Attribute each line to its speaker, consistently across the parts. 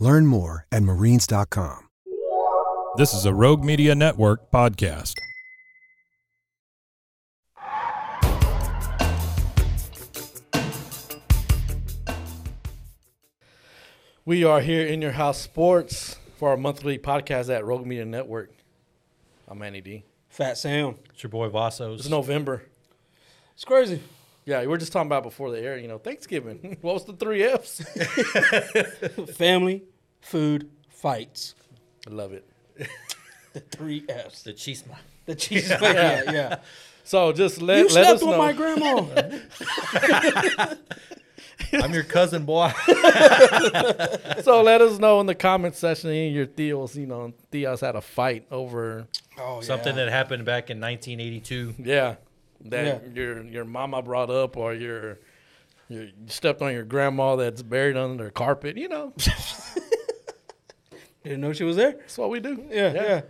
Speaker 1: Learn more at marines.com.
Speaker 2: This is a Rogue Media Network podcast.
Speaker 3: We are here in your house sports for our monthly podcast at Rogue Media Network. I'm Andy D.
Speaker 4: Fat Sam.
Speaker 5: It's your boy Vassos.
Speaker 3: It's November.
Speaker 4: It's crazy.
Speaker 3: Yeah, we were just talking about before the air, you know, Thanksgiving. what was the three F's?
Speaker 4: Family, food, fights.
Speaker 3: I love it.
Speaker 4: The three F's.
Speaker 5: the chisma.
Speaker 4: The cheese. Yeah, yeah. yeah.
Speaker 3: So just let,
Speaker 4: You
Speaker 3: let us
Speaker 4: slept
Speaker 3: know.
Speaker 4: with my grandma.
Speaker 5: I'm your cousin, boy.
Speaker 3: so let us know in the comment section in your Theos, you know, Theos had a fight over,
Speaker 4: oh, yeah.
Speaker 5: Something that happened back in 1982.
Speaker 3: yeah, that
Speaker 4: Yeah.
Speaker 3: your your mama brought up or your, your you stepped on your grandma that's buried under the carpet. You know, that's
Speaker 4: Didn't know she was there.
Speaker 3: what we do.
Speaker 4: Yeah, yeah.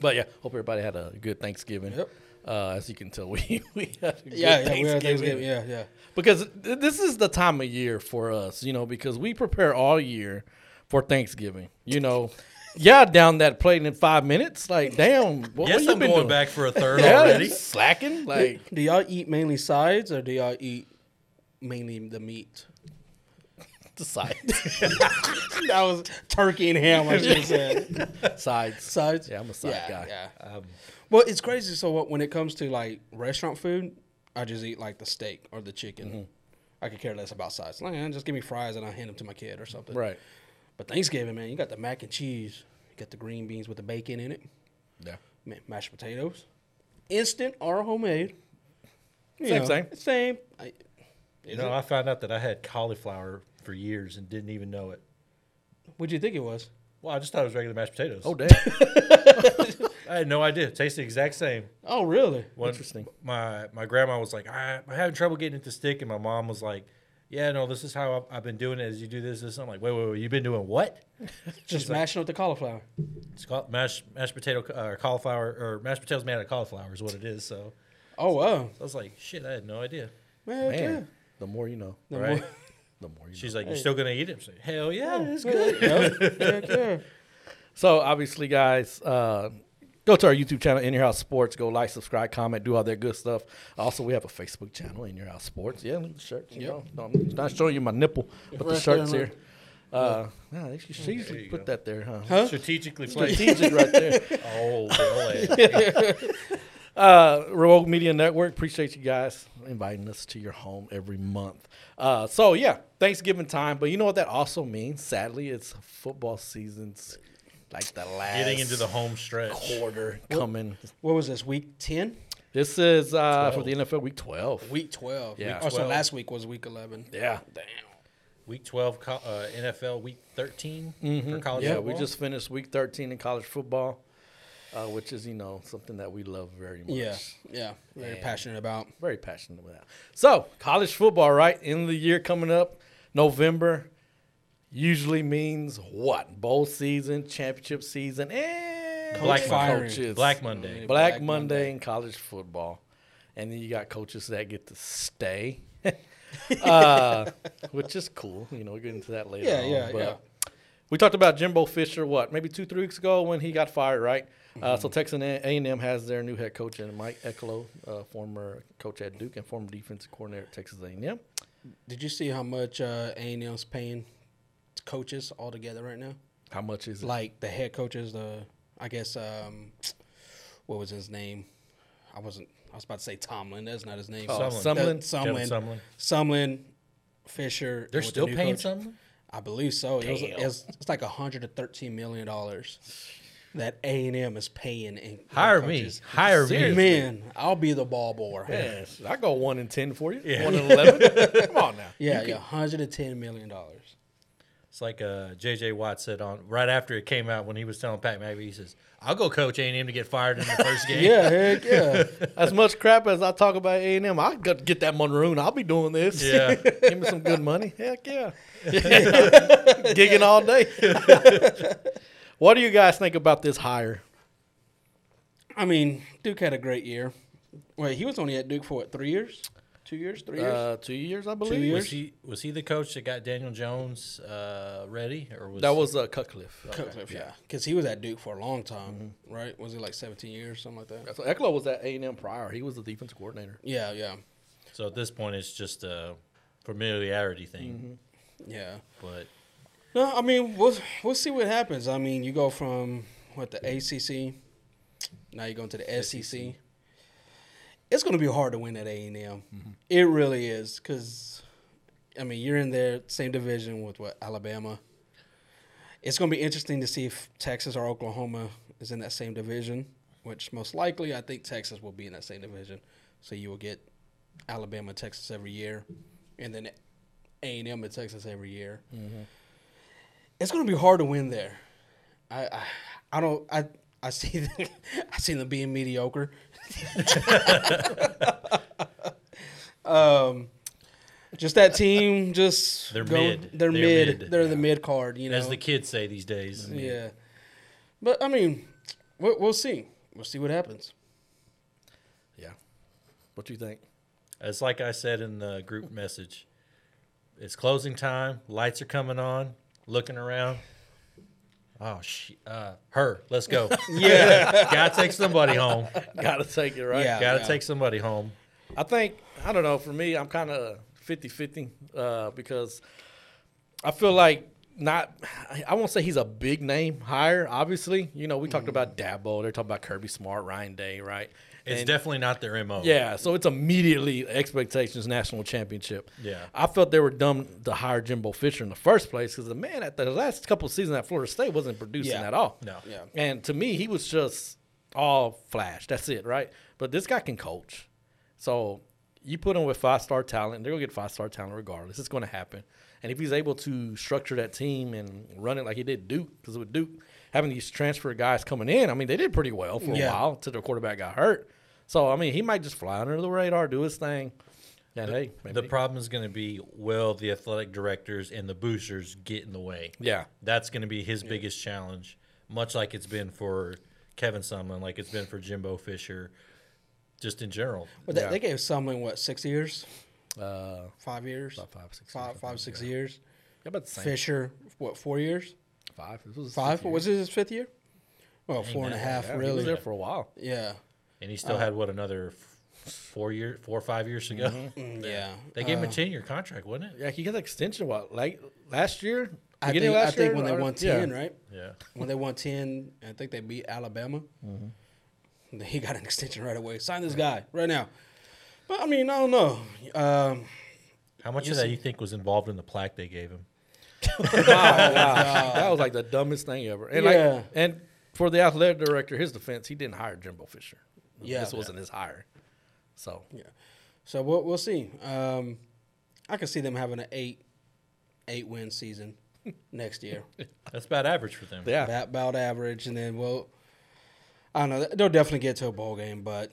Speaker 3: But yeah, hope everybody had a good Thanksgiving.
Speaker 4: Yep.
Speaker 3: Uh, as you can tell, we, we had a good
Speaker 4: Yeah, yeah.
Speaker 3: Thanksgiving.
Speaker 4: We had Thanksgiving. Yeah, yeah.
Speaker 3: Because th- this is the time of year for us, you know, because we prepare all year for Thanksgiving. You know, yeah, down that plate in five minutes. Like, damn, what,
Speaker 5: yes,
Speaker 3: what you
Speaker 5: I'm
Speaker 3: been
Speaker 5: going
Speaker 3: doing?
Speaker 5: back for a third
Speaker 3: Yeah,
Speaker 5: already.
Speaker 3: slacking. Like,
Speaker 4: Do y'all eat mainly sides or do y'all eat mainly the meat?
Speaker 3: the sides.
Speaker 4: That was turkey and ham. I should have said
Speaker 3: sides.
Speaker 4: sides.
Speaker 3: Yeah, I'm a side
Speaker 4: yeah,
Speaker 3: guy. Um,
Speaker 4: Yeah. well, it's crazy. So what, when it comes to like restaurant food, I just eat like the steak or the chicken.
Speaker 3: Mm-hmm.
Speaker 4: I could care less about sides. Like, eh, just give me fries and I will hand them to my kid or something.
Speaker 3: Right.
Speaker 4: But Thanksgiving, man, you got the mac and cheese, you got the green beans with the bacon in it,
Speaker 3: Yeah.
Speaker 4: man, mashed potatoes, instant or homemade. You
Speaker 3: Same, same.
Speaker 4: Same. I,
Speaker 5: You know, I found out that I had cauliflower for years and didn't even know it.
Speaker 4: what'd you think it was?
Speaker 5: Well, I just thought it was regular mashed potatoes.
Speaker 3: Oh, damn.
Speaker 5: I had no idea. It tasted the exact same.
Speaker 4: Oh, really?
Speaker 5: One-
Speaker 3: Interesting.
Speaker 5: My my grandma was like, I, I'm having trouble getting it to stick, and my mom was like, Yeah, no, this is how I've, I've been doing it. As you do this, this. I'm like, Wait, wait, wait. You've been doing what?
Speaker 4: Just mashing up the cauliflower.
Speaker 5: It's called mashed mashed potato uh, or cauliflower or mashed potatoes made out of cauliflower is what it is. So
Speaker 4: Oh, wow.
Speaker 5: I was like, Shit, I had no idea.
Speaker 4: Man, yeah.
Speaker 3: Man, the more you know.
Speaker 4: The
Speaker 5: Right?
Speaker 4: more-
Speaker 3: The more you know.
Speaker 5: She's like, You're still gonna eat it? I'm like, Hell yeah, it is good.
Speaker 4: Heck yeah.
Speaker 3: So obviously, guys, uh, go to our YouTube channel, In Your House Sports. Go like, subscribe, comment, do all that good stuff. Also, we have a Facebook channel, In Your House Sports. Yeah, look at the shirts. You know, no, I'm not showing you my nipple, but the
Speaker 4: Right there,
Speaker 3: shirts
Speaker 4: look.
Speaker 3: here. Uh, yeah, they should, she should put that there, huh?
Speaker 5: Strategically placed.
Speaker 3: Strategic right there.
Speaker 5: Oh, really?
Speaker 3: Uh, Rogue Media Network, appreciate you guys inviting us to your home every month. Uh, so yeah, Thanksgiving time, but you know what that also means? Sadly, it's football season's like the last
Speaker 5: Getting into the home stretch.
Speaker 3: quarter coming.
Speaker 4: What was this, week 10?
Speaker 3: This is uh, for the NFL Week 12.
Speaker 4: Week 12.
Speaker 3: Yeah.
Speaker 4: Week, oh, so
Speaker 5: 12.
Speaker 4: last week was week 11.
Speaker 3: yeah,
Speaker 5: Week 12, co- uh, NFL week 13 for college
Speaker 3: yeah.
Speaker 5: football.
Speaker 3: We just finished Week 13 in college football, uh, which is you know something that we love very much.
Speaker 4: Yeah. Yeah. Very passionate about.
Speaker 3: very passionate about. that. So college football, right? End of the year coming up, November usually means what? Bowl season, championship season, and
Speaker 5: Black
Speaker 4: Monday.
Speaker 3: coaches.
Speaker 5: Black Monday.
Speaker 3: Black,
Speaker 4: Black
Speaker 3: Monday,
Speaker 4: Monday.
Speaker 3: in college football, and then you got coaches that get to stay, uh, which is cool. You know, we'll get into that later.
Speaker 4: Yeah,
Speaker 3: on,
Speaker 4: yeah,
Speaker 3: but
Speaker 4: yeah.
Speaker 3: We talked about Jimbo Fisher what maybe two three weeks ago when he got fired, right? Uh,
Speaker 4: Mm-hmm.
Speaker 3: so Texas A and M has their new head coach and Mike Ekolo, uh, former coach at Duke and former defensive coordinator at Texas A and M.
Speaker 4: Did you see how much uh, A&M's paying coaches all together right now?
Speaker 3: How much
Speaker 5: Mm.
Speaker 3: is it?
Speaker 4: like the head coach is the I guess um what was his name? I wasn't I was about to say Tomlin, that's not his name.
Speaker 5: Oh,
Speaker 4: That-
Speaker 3: Sumlin?
Speaker 4: Sumlin.
Speaker 5: Kevin Sumlin.
Speaker 4: Sumlin, Fisher.
Speaker 5: They're
Speaker 4: and with the
Speaker 5: still
Speaker 4: new
Speaker 5: paying
Speaker 4: coach.
Speaker 5: Sumlin?
Speaker 4: I believe so. It was, it was- it's like hundred and thirteen million dollars that A and M is paying in
Speaker 5: Hire
Speaker 4: in
Speaker 5: me.
Speaker 4: coaches.
Speaker 5: Hire me.
Speaker 4: Man, I'll be the ball boy. Yeah,
Speaker 3: Yes, I go one in ten for you. One in eleven. Come on now.
Speaker 4: yeah, hundred and ten million dollars.
Speaker 5: It's like uh, J.J. Watt said on right after it came out when he was telling Pat McAfee, he says, "I'll go coach A&M to get fired in the first game."
Speaker 4: Yeah, heck yeah.
Speaker 3: As much crap as I talk about A and M, I got get that Monroon. I'll be doing this.
Speaker 5: Yeah.
Speaker 3: give me some good money. Heck yeah, gigging all day. what do you guys think about this hire?
Speaker 4: I mean, Duke had a great year. Wait, he was only at Duke for what, three years? Two years? Three years?
Speaker 3: Uh, two years, I believe.
Speaker 4: years.
Speaker 5: Was he was he the coach that got Daniel Jones uh, ready, or was
Speaker 3: That was uh, Cutcliffe.
Speaker 4: Cutcliffe, yeah. Because he was at Duke for a long time,
Speaker 5: Mm-hmm.
Speaker 4: right? Was it like 17 years, something like that?
Speaker 3: So Eckler was at A and M prior. He was the defense coordinator.
Speaker 4: Yeah, yeah,
Speaker 5: So at this point, it's just a familiarity thing.
Speaker 4: yeah.
Speaker 5: But
Speaker 4: No, I mean, we'll, we'll see what happens. I mean, you go from, what, the ACC, now you're going to the SEC. It's going to be hard to win at A&M. It really is because, I mean, you're in there, same division with, what, Alabama. It's going to be interesting to see if Texas or Oklahoma is in that same division, which most likely I think Texas will be in that same division. So you will get Alabama, Texas every year, and then A&M and Texas every year.
Speaker 5: Mm-hmm.
Speaker 4: It's going to be hard to win there. I I, I don't I I see them, I see them being mediocre. um, just that team, just
Speaker 5: They're mid.
Speaker 4: They're,
Speaker 5: They're
Speaker 4: mid.
Speaker 5: mid,
Speaker 4: They're
Speaker 5: yeah.
Speaker 4: the mid card. You know,
Speaker 5: as the kids say these days,
Speaker 4: yeah, but I mean, we'll, we'll see. We'll see what happens.
Speaker 3: Yeah. What do you think?
Speaker 5: it's like I said in the group message, it's closing time. Lights are coming on. Looking around. Oh, she, uh, her. Let's go. yeah, gotta take somebody home.
Speaker 3: Gotta take it right.
Speaker 4: Yeah.
Speaker 5: Gotta take somebody home.
Speaker 3: I think I don't know. For me, I'm kind of 50-50 uh, because I feel like not. I- I won't say he's a big name hire. Obviously, you know we
Speaker 5: Mm-hmm.
Speaker 3: talked about Dabo. They're talking about Kirby Smart, Ryan Day, right?
Speaker 5: It's
Speaker 3: And-
Speaker 5: definitely not their mo.
Speaker 3: yeah, so it's immediately expectations national championship.
Speaker 5: Yeah.
Speaker 3: I felt they were dumb to hire Jimbo Fisher in the first place because the man at the last couple of seasons at Florida State wasn't producing
Speaker 4: Yeah.
Speaker 3: at all.
Speaker 5: No. Yeah.
Speaker 3: And to me, he was just all flash. That's it, right? But this guy can coach. So you put him with five star talent, they're going to get five star talent regardless. It's going to happen. And if he's able to structure that team and run it like he did Duke, because with Duke having these transfer guys coming in, I mean, they did pretty well for a
Speaker 4: Yeah.
Speaker 3: while until their quarterback got hurt. So, I mean, he might just fly under the radar, do his thing. And hey, maybe.
Speaker 5: The problem is going to be will the athletic directors and the boosters get in the way?
Speaker 3: yeah.
Speaker 5: That's going to be his biggest challenge, much like it's been for Kevin Sumlin, like it's been for Jimbo Fisher, just in general.
Speaker 4: But they, they gave Sumlin what six years,
Speaker 3: Uh,
Speaker 4: five years,
Speaker 3: five, six
Speaker 4: five,
Speaker 3: years, I
Speaker 4: five,
Speaker 3: think,
Speaker 4: six
Speaker 3: yeah.
Speaker 4: years.
Speaker 3: Yeah, about the same.
Speaker 4: Fisher, what four years?
Speaker 3: Five. This was his
Speaker 4: Five?
Speaker 3: fifth year.
Speaker 4: Was it his fifth year? Well, four and a
Speaker 5: that-
Speaker 4: half,
Speaker 3: Yeah, He was
Speaker 4: really.
Speaker 3: there for a while.
Speaker 4: yeah,
Speaker 5: And he still had, what, another f- four year, four or five years to go?
Speaker 4: yeah.
Speaker 5: They gave him a 10 year contract, wasn't it?
Speaker 3: Yeah, he got an extension. What like last year?
Speaker 4: I
Speaker 3: Beginning of
Speaker 4: think, I
Speaker 3: last
Speaker 4: think
Speaker 3: year?
Speaker 4: when they
Speaker 3: Or-
Speaker 4: won
Speaker 3: yeah.
Speaker 4: ten, right?
Speaker 5: Yeah.
Speaker 4: When they won ten, I think they beat Alabama. Then He got an extension right away. Sign this guy right now. But I mean, I don't know. Um,
Speaker 5: How much of that you think was involved in the plaque they gave him?
Speaker 3: that was like the dumbest thing ever. And
Speaker 4: Yeah.
Speaker 3: like, and for the athletic director, his defense, he didn't hire Jimbo Fisher.
Speaker 4: Yeah.
Speaker 3: this wasn't his hire. So
Speaker 4: so we'll we'll see. Um, I could see them having an eight eight win season next year.
Speaker 5: That's about average for them.
Speaker 3: yeah,
Speaker 4: About, about average, and then we'll. I don't know. They'll definitely get to a bowl game, but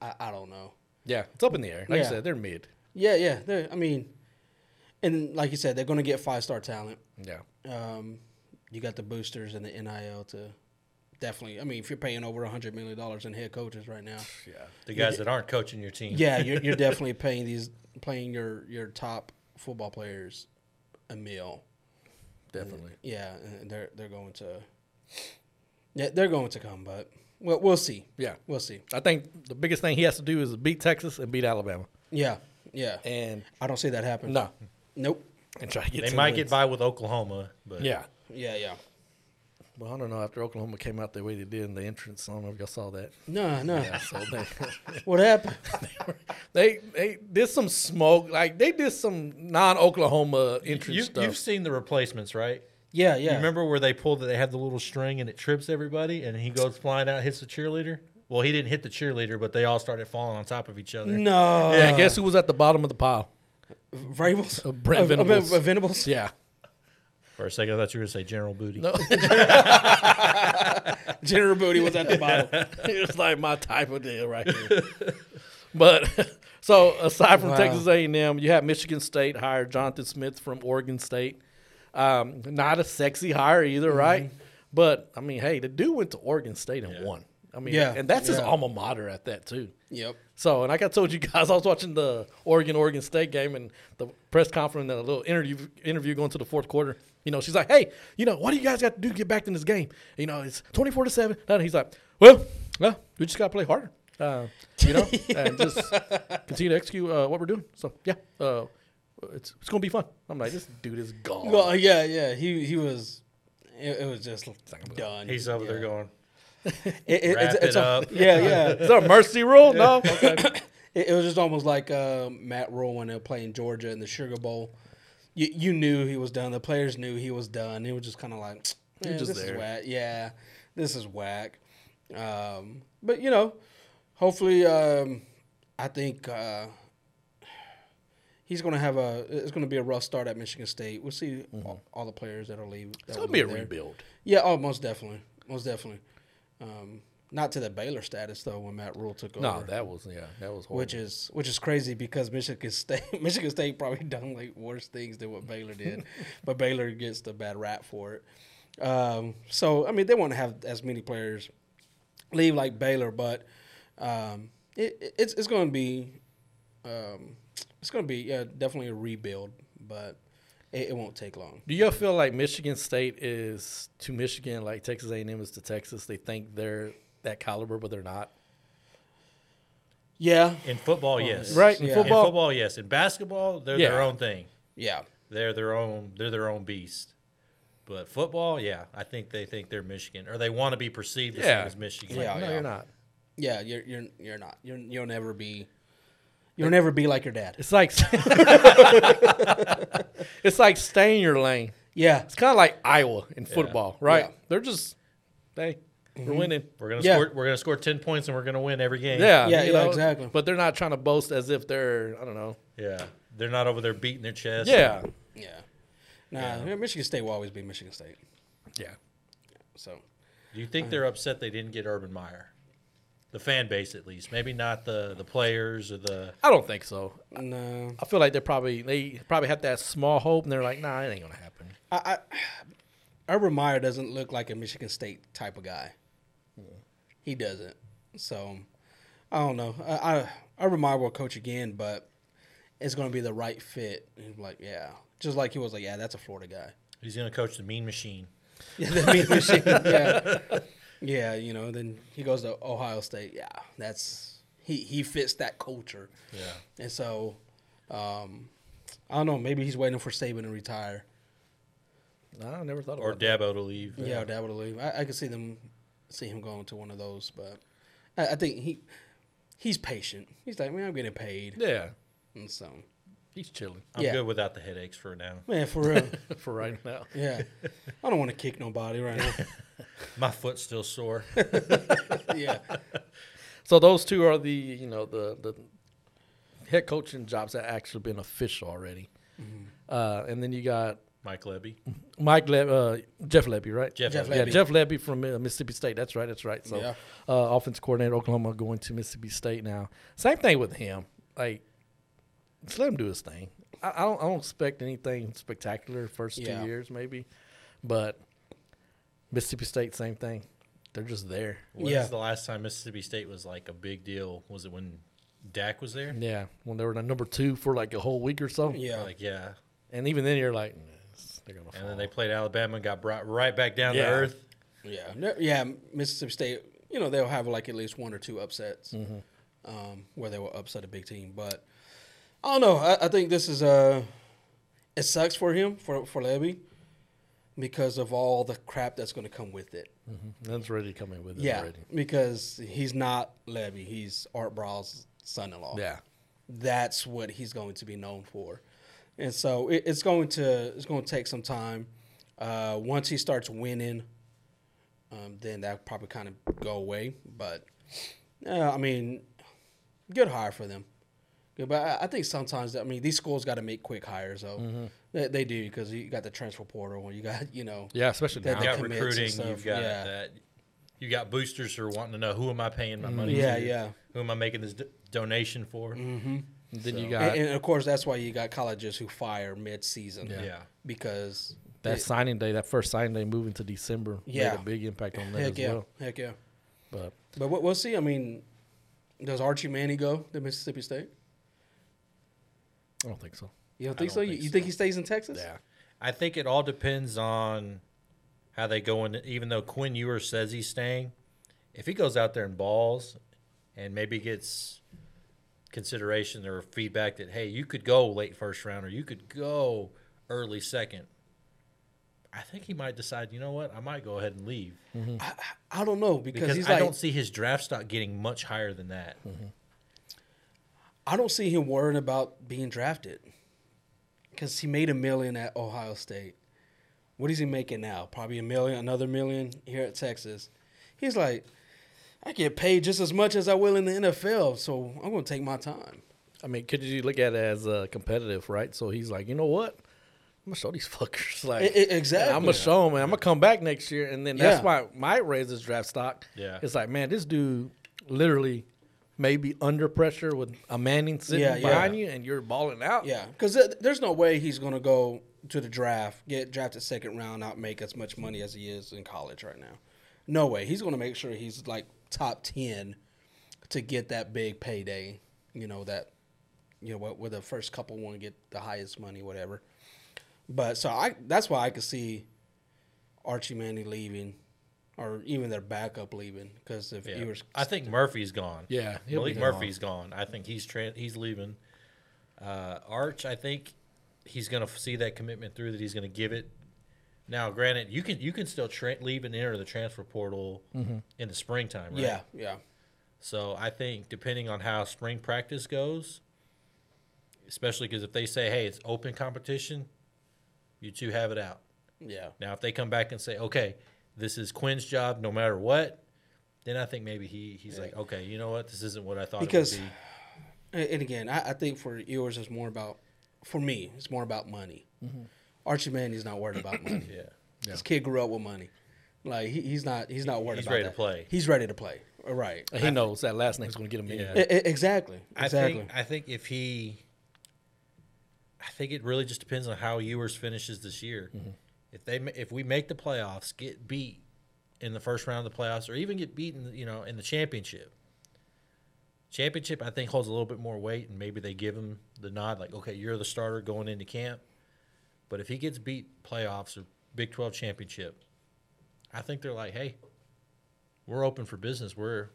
Speaker 4: I, I don't know.
Speaker 3: yeah, it's up in the air. Like I
Speaker 4: Yeah.
Speaker 3: said, they're mid.
Speaker 4: Yeah, yeah. They're, I mean, and like you said, they're going to get five star talent.
Speaker 3: Yeah,
Speaker 4: Um, you got the boosters and the NIL to definitely. I mean, if you're paying over hundred million dollars in head coaches right now,
Speaker 3: yeah.
Speaker 5: The guys that aren't coaching your team.
Speaker 4: yeah, you're, you're definitely paying these playing your your top football players a meal.
Speaker 3: Definitely.
Speaker 4: Yeah, and they're they're going to. Yeah, they're going to come, but we'll, we'll see.
Speaker 3: Yeah.
Speaker 4: we'll see.
Speaker 3: I think the biggest thing he has to do is beat Texas and beat Alabama,
Speaker 4: Yeah, yeah.
Speaker 3: and
Speaker 4: I don't see that happen.
Speaker 3: no,
Speaker 4: Nope.
Speaker 3: and try to get.
Speaker 5: They
Speaker 3: 10
Speaker 5: might get
Speaker 3: wins.
Speaker 5: by with Oklahoma, but
Speaker 3: Yeah,
Speaker 4: Yeah, yeah.
Speaker 3: Well, I don't know. After Oklahoma came out the way they did in the entrance, I don't know if y'all saw that.
Speaker 4: No, no.
Speaker 3: So they,
Speaker 4: What happened?
Speaker 3: they they did some smoke. Like they did some non Oklahoma entrance
Speaker 5: You,
Speaker 3: stuff.
Speaker 5: you've seen the replacements, right?
Speaker 4: Yeah, yeah.
Speaker 5: You remember where they pulled that they had the little string and it trips everybody and he goes flying out, hits the cheerleader? Well, he didn't hit the cheerleader, but they all started falling on top of each other.
Speaker 4: No.
Speaker 3: yeah, guess who was at the bottom of the pile?
Speaker 4: Vrabels?
Speaker 3: Uh, Brent
Speaker 4: Uh, uh,
Speaker 3: Venables.
Speaker 4: uh, Venables?
Speaker 3: Yeah.
Speaker 5: For a second, I thought you were going to say General Booty.
Speaker 4: General Booty was at the bottom.
Speaker 3: it's like my type of deal right here. but so aside from
Speaker 4: Wow.
Speaker 3: Texas A&M, you have Michigan State hire Jonathan Smith from Oregon State. Um, not a sexy hire either,
Speaker 4: Mm-hmm.
Speaker 3: right? But I mean, hey, the dude went to Oregon State and won. I mean,
Speaker 4: Yeah,
Speaker 3: and that's his
Speaker 4: yeah.
Speaker 3: alma mater at that too.
Speaker 4: yep.
Speaker 3: So, and like I told you guys, I was watching the Oregon Oregon State game and the press conference and the little interview interview going to the fourth quarter. You know, she's like, "Hey, you know, what do you guys got to do to get back in this game? You know, it's twenty four to seven. And he's like, "Well, well, we just got to play harder, uh, you know, and just continue to execute uh, what we're doing." So, yeah, uh, it's it's gonna be fun. I'm like, this dude is gone.
Speaker 4: Well, yeah, yeah. He he was. It, it was just done.
Speaker 5: He's over there going,
Speaker 4: It, it, it's,
Speaker 5: Wrap
Speaker 4: it's
Speaker 5: it
Speaker 4: a-
Speaker 5: up.
Speaker 4: Yeah, yeah.
Speaker 3: is that a mercy rule? No, okay.
Speaker 4: It, it was just almost like uh, Matt Rule when they were playing Georgia in the Sugar Bowl. You, you knew he was done. The players knew he was done. It was just kind of like, "Eh,
Speaker 3: just
Speaker 4: this is
Speaker 3: there."
Speaker 4: whack. Yeah, this is whack. Um, but you know, hopefully, um, I think uh, he's going to have a. It's going to be a rough start at Michigan State. We'll see all, all the players that'll leave.
Speaker 3: Mm-hmm. it's
Speaker 4: That will
Speaker 3: gonna be a
Speaker 4: leave there.
Speaker 3: rebuild.
Speaker 4: Yeah, oh, most definitely, most definitely. Um, not to the Baylor status though when Matt Rule took over.
Speaker 3: No, that was yeah, that was horrible.
Speaker 4: Which is which is crazy because Michigan State Michigan State probably done like worse things than what Baylor did, but Baylor gets the bad rap for it. Um, so I mean they won't have as many players leave like Baylor, but um, it, it- it's it's going to be um, it's going to be yeah definitely a rebuild, but it, it won't take long.
Speaker 3: Do y'all feel like Michigan State is to Michigan like Texas A&M is to Texas? They think they're that caliber, but they're not.
Speaker 4: Yeah,
Speaker 5: in football, yes.
Speaker 3: Right, in
Speaker 5: In football,
Speaker 3: football-
Speaker 5: yes. In basketball, they're their
Speaker 3: Yeah.
Speaker 5: own thing.
Speaker 4: yeah.
Speaker 5: They're their own. They're their own beast. But football, yeah, I think they think they're Michigan, or they want to be perceived as,
Speaker 3: Yeah.
Speaker 5: as Michigan.
Speaker 4: Yeah.
Speaker 3: no, you're not.
Speaker 4: Yeah, you're you're you're not. You're you'll never be. You'll never be like your dad.
Speaker 3: It's like it's like stay in your lane.
Speaker 4: Yeah,
Speaker 3: It's kind of like Iowa in football, right?
Speaker 4: Yeah.
Speaker 3: They're just they we're winning.
Speaker 5: We're gonna
Speaker 4: Yeah.
Speaker 5: score. We're gonna score ten points, and we're gonna win every game.
Speaker 3: Yeah,
Speaker 4: Yeah,
Speaker 3: you
Speaker 4: yeah, exactly.
Speaker 3: But they're not trying to boast as if they're I don't know.
Speaker 5: yeah. They're not over there beating their chest.
Speaker 3: Yeah,
Speaker 4: yeah. Nah, Michigan State will always be Michigan State.
Speaker 3: yeah.
Speaker 4: So
Speaker 5: Do you think they're upset they didn't get Urban Meyer? The fan base, at least, maybe not the the players or the.
Speaker 3: I don't think so.
Speaker 4: no,
Speaker 3: I feel like they probably they probably have that small hope, and they're like, nah, it ain't gonna happen.
Speaker 4: I, I Urban Meyer doesn't look like a Michigan State type of guy. He doesn't. So I don't know. I, I Urban Meyer will coach again, but it's going to be the right fit. And he's like, yeah, just like he was like, yeah, that's a Florida guy.
Speaker 5: He's gonna coach the Mean Machine.
Speaker 4: Yeah, the mean machine. Yeah. yeah, you know, then he goes to Ohio State. Yeah, that's he he fits that culture.
Speaker 5: Yeah.
Speaker 4: And so, um, I don't know. Maybe he's waiting for Saban to retire.
Speaker 3: Nah, I never thought about
Speaker 5: Or
Speaker 3: that.
Speaker 5: Dabo to leave.
Speaker 4: Yeah, or Dabo to leave. I, I could see them see him going to one of those, but I, I think he he's patient. He's like, man, I'm getting paid,
Speaker 3: Yeah,
Speaker 4: and so
Speaker 3: he's chilling
Speaker 5: I'm
Speaker 4: yeah.
Speaker 5: good without the headaches for now.
Speaker 4: man, for real,
Speaker 3: for right now.
Speaker 4: yeah. I don't want to kick nobody right now.
Speaker 5: My foot's still sore.
Speaker 4: yeah,
Speaker 3: So those two are the you know the the head coaching jobs that actually been official already,
Speaker 4: Mm-hmm.
Speaker 3: uh, and then you got
Speaker 5: Mike Levy.
Speaker 3: Mike Le- uh, Jeff Levy, right?
Speaker 5: Jeff
Speaker 4: Jeff
Speaker 5: Levy.
Speaker 3: Yeah,
Speaker 4: Lebby.
Speaker 3: Jeff Levy from uh, Mississippi State. That's right. That's right. So,
Speaker 4: Yeah.
Speaker 3: uh, offense coordinator Oklahoma going to Mississippi State now. Same thing with him. Like, just let him do his thing. I, I don't. I don't expect anything spectacular first
Speaker 4: Yeah.
Speaker 3: two years maybe, but Mississippi State same thing. They're just there.
Speaker 5: When's
Speaker 4: Yeah.
Speaker 5: the last time Mississippi State was like a big deal? Was it when Dak was there?
Speaker 3: Yeah, when they were the number two for like a whole week or so.
Speaker 4: yeah.
Speaker 5: Like, yeah.
Speaker 3: And even then, you're like, "Nah, it's- they're gonna fall.
Speaker 5: And then they played Alabama and got brought right back down
Speaker 3: Yeah.
Speaker 5: to earth.
Speaker 4: Yeah, ne- yeah. Mississippi State, you know, they'll have like at least one or two upsets
Speaker 3: Mm-hmm.
Speaker 4: um, where they will upset a big team. But I don't know. I, I think this is uh, it sucks for him for for Levy, because of all the crap that's going to come with it.
Speaker 3: That's ready coming with it
Speaker 4: Yeah,
Speaker 3: Mm-hmm. already.
Speaker 4: because he's not Levy; he's Art Brawl's son-in-law.
Speaker 3: Yeah.
Speaker 4: that's what he's going to be known for, and so it, it's going to it's going to take some time. Uh, once he starts winning, um, then that probably kind of go away. But uh, I mean, good hire for them. Good, but I, I think sometimes I mean these schools got to make quick hires though.
Speaker 3: Mm-hmm.
Speaker 4: They, they do because you got the transfer portal and you got you know
Speaker 3: Yeah, especially
Speaker 4: That-
Speaker 3: now.
Speaker 5: You got
Speaker 4: commits and
Speaker 5: recruiting.
Speaker 4: stuff,
Speaker 5: You've got
Speaker 4: yeah.
Speaker 5: that. You got boosters who are wanting to know who am I paying my money
Speaker 4: Mm, Yeah,
Speaker 5: to?
Speaker 4: yeah. Mm-hmm.
Speaker 5: Who am I making this d- donation for?
Speaker 3: then you
Speaker 4: And,
Speaker 3: got
Speaker 4: and of course, that's why you got colleges who fire mid-season.
Speaker 5: Yeah.
Speaker 4: because
Speaker 3: that signing day, that first signing day moving to December
Speaker 4: Yeah.
Speaker 3: made a big impact on that
Speaker 4: heck
Speaker 3: as
Speaker 4: yeah,
Speaker 3: well.
Speaker 4: heck yeah.
Speaker 3: But
Speaker 4: But we- we'll see. I mean, does Archie Manning go to Mississippi State?
Speaker 3: I don't think so.
Speaker 4: You don't think
Speaker 5: don't
Speaker 4: so? you
Speaker 5: think
Speaker 4: you think he stays in Texas?
Speaker 5: I think it all depends on how they go in. Even though Quinn Ewers says he's staying, if he goes out there and balls, and maybe gets consideration or feedback that hey, you could go late first round or you could go early second. I think he might decide. You know what? I might go ahead and leave
Speaker 4: I don't know because,
Speaker 5: because
Speaker 4: Mm-hmm. he's
Speaker 5: I
Speaker 4: like Mm-hmm.
Speaker 5: don't see his draft stock getting much higher than that.
Speaker 4: I don't see him worrying about being drafted because he made a million at Ohio State. What is he making now? Probably a million, another million here at Texas. He's like, I get paid just as much as I will in the NFL, so I'm going to take my time.
Speaker 3: I mean, could you look at it as uh, competitive, right? So he's like, you know what? I'm gonna show these fuckers. Like
Speaker 4: E- e- exactly.
Speaker 3: I'm gonna show them, and I'm gonna come back next year, and then that's
Speaker 4: Yeah.
Speaker 3: why my raise is draft stock.
Speaker 5: Yeah.
Speaker 3: it's like, man, this dude literally maybe under pressure with a Manning sitting
Speaker 4: Yeah, yeah.
Speaker 3: behind you, and you're balling out.
Speaker 4: Yeah, because th- there's no way he's going to go to the draft, get drafted second round, not make as much money as he is in college right now. No way. He's going to make sure he's like top 10 to get that big payday, you know, that, you know, what where the first couple want to get the highest money, whatever. But so I that's why I could see Archie Manning leaving or even their backup leaving because if
Speaker 5: Yeah.
Speaker 4: he was.
Speaker 5: I think Murphy's gone.
Speaker 3: Yeah, he'll be
Speaker 5: Malik Murphy's gone. I think he's tran he's leaving. Uh, Arch, I think he's going to see that commitment through that he's going to give it. Now, granted, you can you can still tra- leave and enter the transfer portal in the springtime, right?
Speaker 4: Yeah, yeah.
Speaker 5: So I think depending on how spring practice goes, especially because if they say, "Hey, it's open competition," you two have it out.
Speaker 4: Yeah.
Speaker 5: Now, if they come back and say, okay, this is Quinn's job no matter what, then I think maybe he, he's like, okay, you know what? This isn't what I thought
Speaker 4: Because-
Speaker 5: it would be.
Speaker 4: And and again, I, I think for yours, it's more about, for me, it's more about money.
Speaker 5: Mm-hmm.
Speaker 4: Archie Manny's not worried about money. yeah. This kid grew up with money. Like he, he's not he's not worried
Speaker 5: He's
Speaker 4: about
Speaker 5: ready to
Speaker 4: that.
Speaker 5: play.
Speaker 4: He's ready to play. All right.
Speaker 3: And he knows that last name's gonna get him in.
Speaker 5: Yeah.
Speaker 4: E- e- exactly. Exactly.
Speaker 5: I think, I think if he, I think it really just depends on how Ewers finishes this year.
Speaker 3: Mm-hmm.
Speaker 5: If they, ma- if we make the playoffs, get beat in the first round of the playoffs, or even get beaten, you know, in the championship. Championship, I think, holds a little bit more weight, and maybe they give him the nod, like, okay, you're the starter going into camp. But if he gets beat playoffs or Big Twelve championship, I think they're like, hey, we're open for business. We're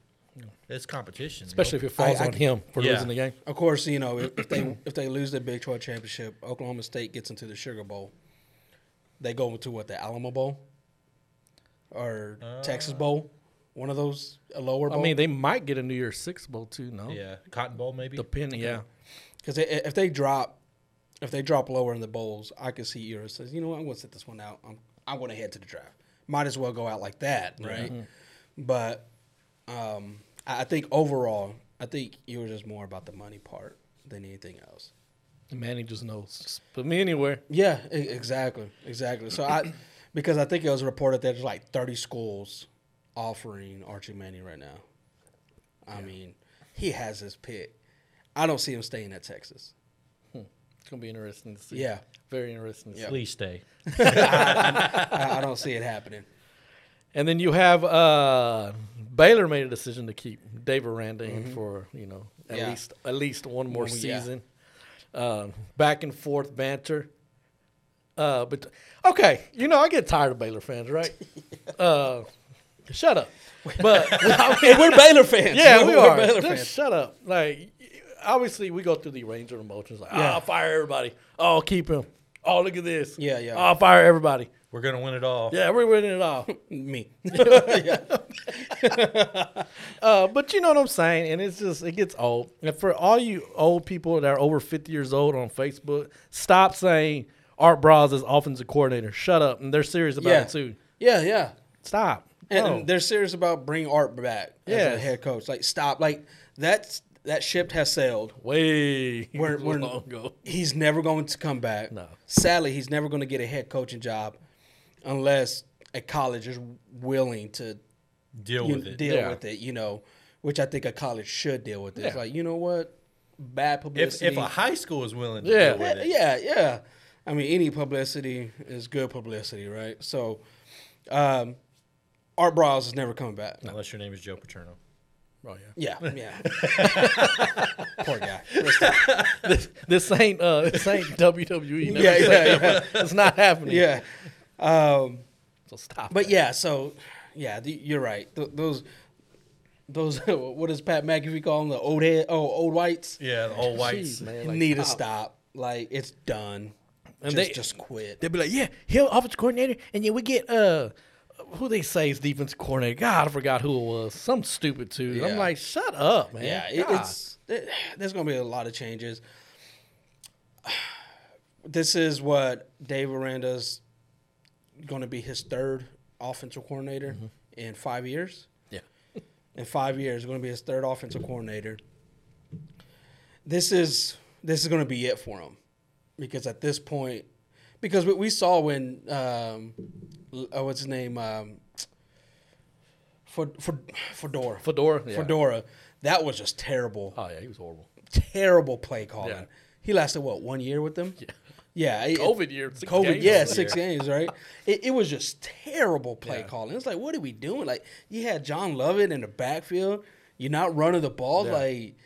Speaker 5: it's competition, you know?
Speaker 3: Especially if it falls
Speaker 4: I- I
Speaker 3: on
Speaker 4: c-
Speaker 3: him for
Speaker 5: Yeah.
Speaker 3: losing the game.
Speaker 4: of course, you know if, if they if they lose the Big Twelve championship, Oklahoma State gets into the Sugar Bowl. They go into what the Alamo Bowl or
Speaker 5: Uh,
Speaker 4: Texas Bowl, one of those a lower
Speaker 3: I
Speaker 4: bowl.
Speaker 3: mean, they might get a New Year's Six bowl too. No,
Speaker 5: Yeah, Cotton Bowl maybe.
Speaker 3: depending. Yeah,
Speaker 4: Because if they drop, if they drop lower in the bowls, I could see Euro says, you know what, I'm going to sit this one out. I'm I'm going to head to the draft. Might as well go out like that, right? But um, I I think overall, I think yours is more about the money part than anything else.
Speaker 3: Manny just knows. Just put me anywhere.
Speaker 4: Yeah, e- exactly, exactly. So I, because I think it was reported that there's like 30 schools offering Archie Manning right now. I mean, he has his pick. I don't see him staying at Texas.
Speaker 3: It's gonna be interesting to see.
Speaker 4: Yeah.
Speaker 3: very interesting. To see.
Speaker 5: Please stay.
Speaker 4: I, I don't see it happening.
Speaker 3: And then you have uh, Baylor made a decision to keep Dave Aranda in for you know at
Speaker 4: Mm-hmm. Yeah.
Speaker 3: least at least one more
Speaker 4: Well, yeah.
Speaker 3: season. Um, back and forth banter. Uh, but okay, you know I get tired of Baylor fans, right? uh, shut up. But I mean,
Speaker 4: Hey, we're Baylor fans.
Speaker 3: yeah,
Speaker 4: We're-
Speaker 3: we
Speaker 4: we're
Speaker 3: are.
Speaker 4: Baylor
Speaker 3: Just
Speaker 4: fans.
Speaker 3: shut up. Like obviously we go through the range of emotions. Like
Speaker 4: Yeah.
Speaker 3: oh, I'll fire everybody. Oh, I'll keep him. Oh, look at this.
Speaker 4: Yeah, yeah.
Speaker 3: Oh, I'll fire everybody.
Speaker 5: We're gonna win it all.
Speaker 3: Yeah, we're winning it all.
Speaker 4: Me.
Speaker 3: Uh, but you know what I'm saying, and it's just it gets old. And for all you old people that are over 50 years old on Facebook, stop saying Art Bras is offensive coordinator. Shut up, and they're serious about
Speaker 4: yeah.
Speaker 3: it too. Oh.
Speaker 4: Yeah, yeah.
Speaker 3: Stop.
Speaker 4: And
Speaker 3: No.
Speaker 4: they're serious about bringing Art back as
Speaker 3: Yes.
Speaker 4: a head coach. Like, stop. Like, that's that ship has sailed.
Speaker 3: way
Speaker 4: We're, we're,
Speaker 3: long ago.
Speaker 4: He's never going to come back.
Speaker 3: No.
Speaker 4: Sadly, he's never going to get a head coaching job unless a college is willing to
Speaker 5: Deal
Speaker 4: you-
Speaker 5: with it.
Speaker 4: deal
Speaker 3: Yeah.
Speaker 4: with it, you know, which I think a college should deal with it. It's
Speaker 3: Yeah.
Speaker 4: like, you know what? Bad
Speaker 5: If,
Speaker 4: publicity.
Speaker 5: if a high school is willing to
Speaker 3: Yeah.
Speaker 5: deal with
Speaker 4: Eh,
Speaker 5: it,
Speaker 4: yeah, yeah. I mean, any publicity is good publicity, right? So, um, Art Briles is never coming back.
Speaker 5: unless your name is Joe Paterno.
Speaker 3: Oh yeah.
Speaker 4: Yeah, yeah. Poor guy. Rest in-
Speaker 3: This ain't uh, this ain't WWE. Never
Speaker 4: Yeah,
Speaker 3: said
Speaker 4: yeah,
Speaker 3: that. It's not happening.
Speaker 4: Yeah. Um,
Speaker 3: So stop.
Speaker 4: but yeah, so yeah, the, you're right. Th- those, those. what does Pat McAfee call them? The old head? Oh, old whites.
Speaker 5: Yeah, the old whites.
Speaker 3: man.
Speaker 4: Need to stop. Like it's done. just,
Speaker 3: they-
Speaker 4: just quit.
Speaker 3: They'd be like, yeah, he'll offensive coordinator, and then we get uh, who they say is defensive coordinator. God, I forgot who it was. Some stupid dude.
Speaker 4: Yeah.
Speaker 3: I'm like, shut up, man.
Speaker 4: Yeah, it,
Speaker 3: God.
Speaker 4: it's it- there's going to be a lot of changes. This is what Dave Aranda's going to be his third offensive coordinator
Speaker 3: Mm-hmm.
Speaker 4: in five years.
Speaker 3: yeah.
Speaker 4: In five years, going to be his third offensive coordinator. This is this is going to be it for him, because at this point, because what we saw when um, l- uh, what's his name um, for for Fedora
Speaker 3: Fedora. Yeah.
Speaker 4: Fedora. That was just terrible,
Speaker 3: Oh yeah, he was horrible.
Speaker 4: terrible play calling.
Speaker 3: Yeah.
Speaker 4: He lasted what one year with them? Yeah, yeah. it-
Speaker 3: COVID year, six
Speaker 4: COVID,
Speaker 3: games.
Speaker 4: yeah, six games, right? It, it was just terrible play calling. It's like, what are we doing? Like, you had John Lovett in the backfield. You're not running the ball. Like,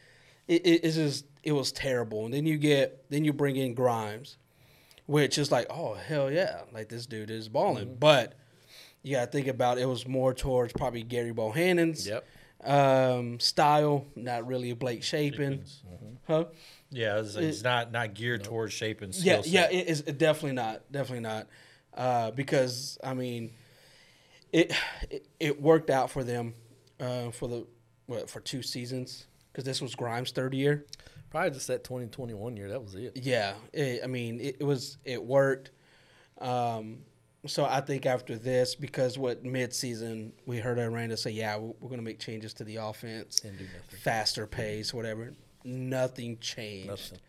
Speaker 4: it, it, it's just it was terrible. And then you get then you bring in Grimes, which is like, oh hell yeah, like this dude is balling.
Speaker 5: Mm-hmm.
Speaker 4: But you got to think about it was more towards probably Gary Bohannon's
Speaker 3: Yep.
Speaker 4: um, style, not really Blake Shapen,
Speaker 5: Mm-hmm.
Speaker 4: huh?
Speaker 5: Yeah, it's, it's not not geared towards shaping skill
Speaker 4: Yeah, yeah,
Speaker 5: set.
Speaker 4: it is it definitely not, definitely not, uh, because I mean, it, it it worked out for them uh, for the what for two seasons because this was Grimes' third year.
Speaker 3: Probably just that 2021 year. That was it.
Speaker 4: Yeah, it, I mean, it, it was it worked. Um, so I think after this, because what mid-season we heard Aranda say, yeah, we're, we're going to make changes to the offense, and do nothing. faster pace, whatever. Nothing changed.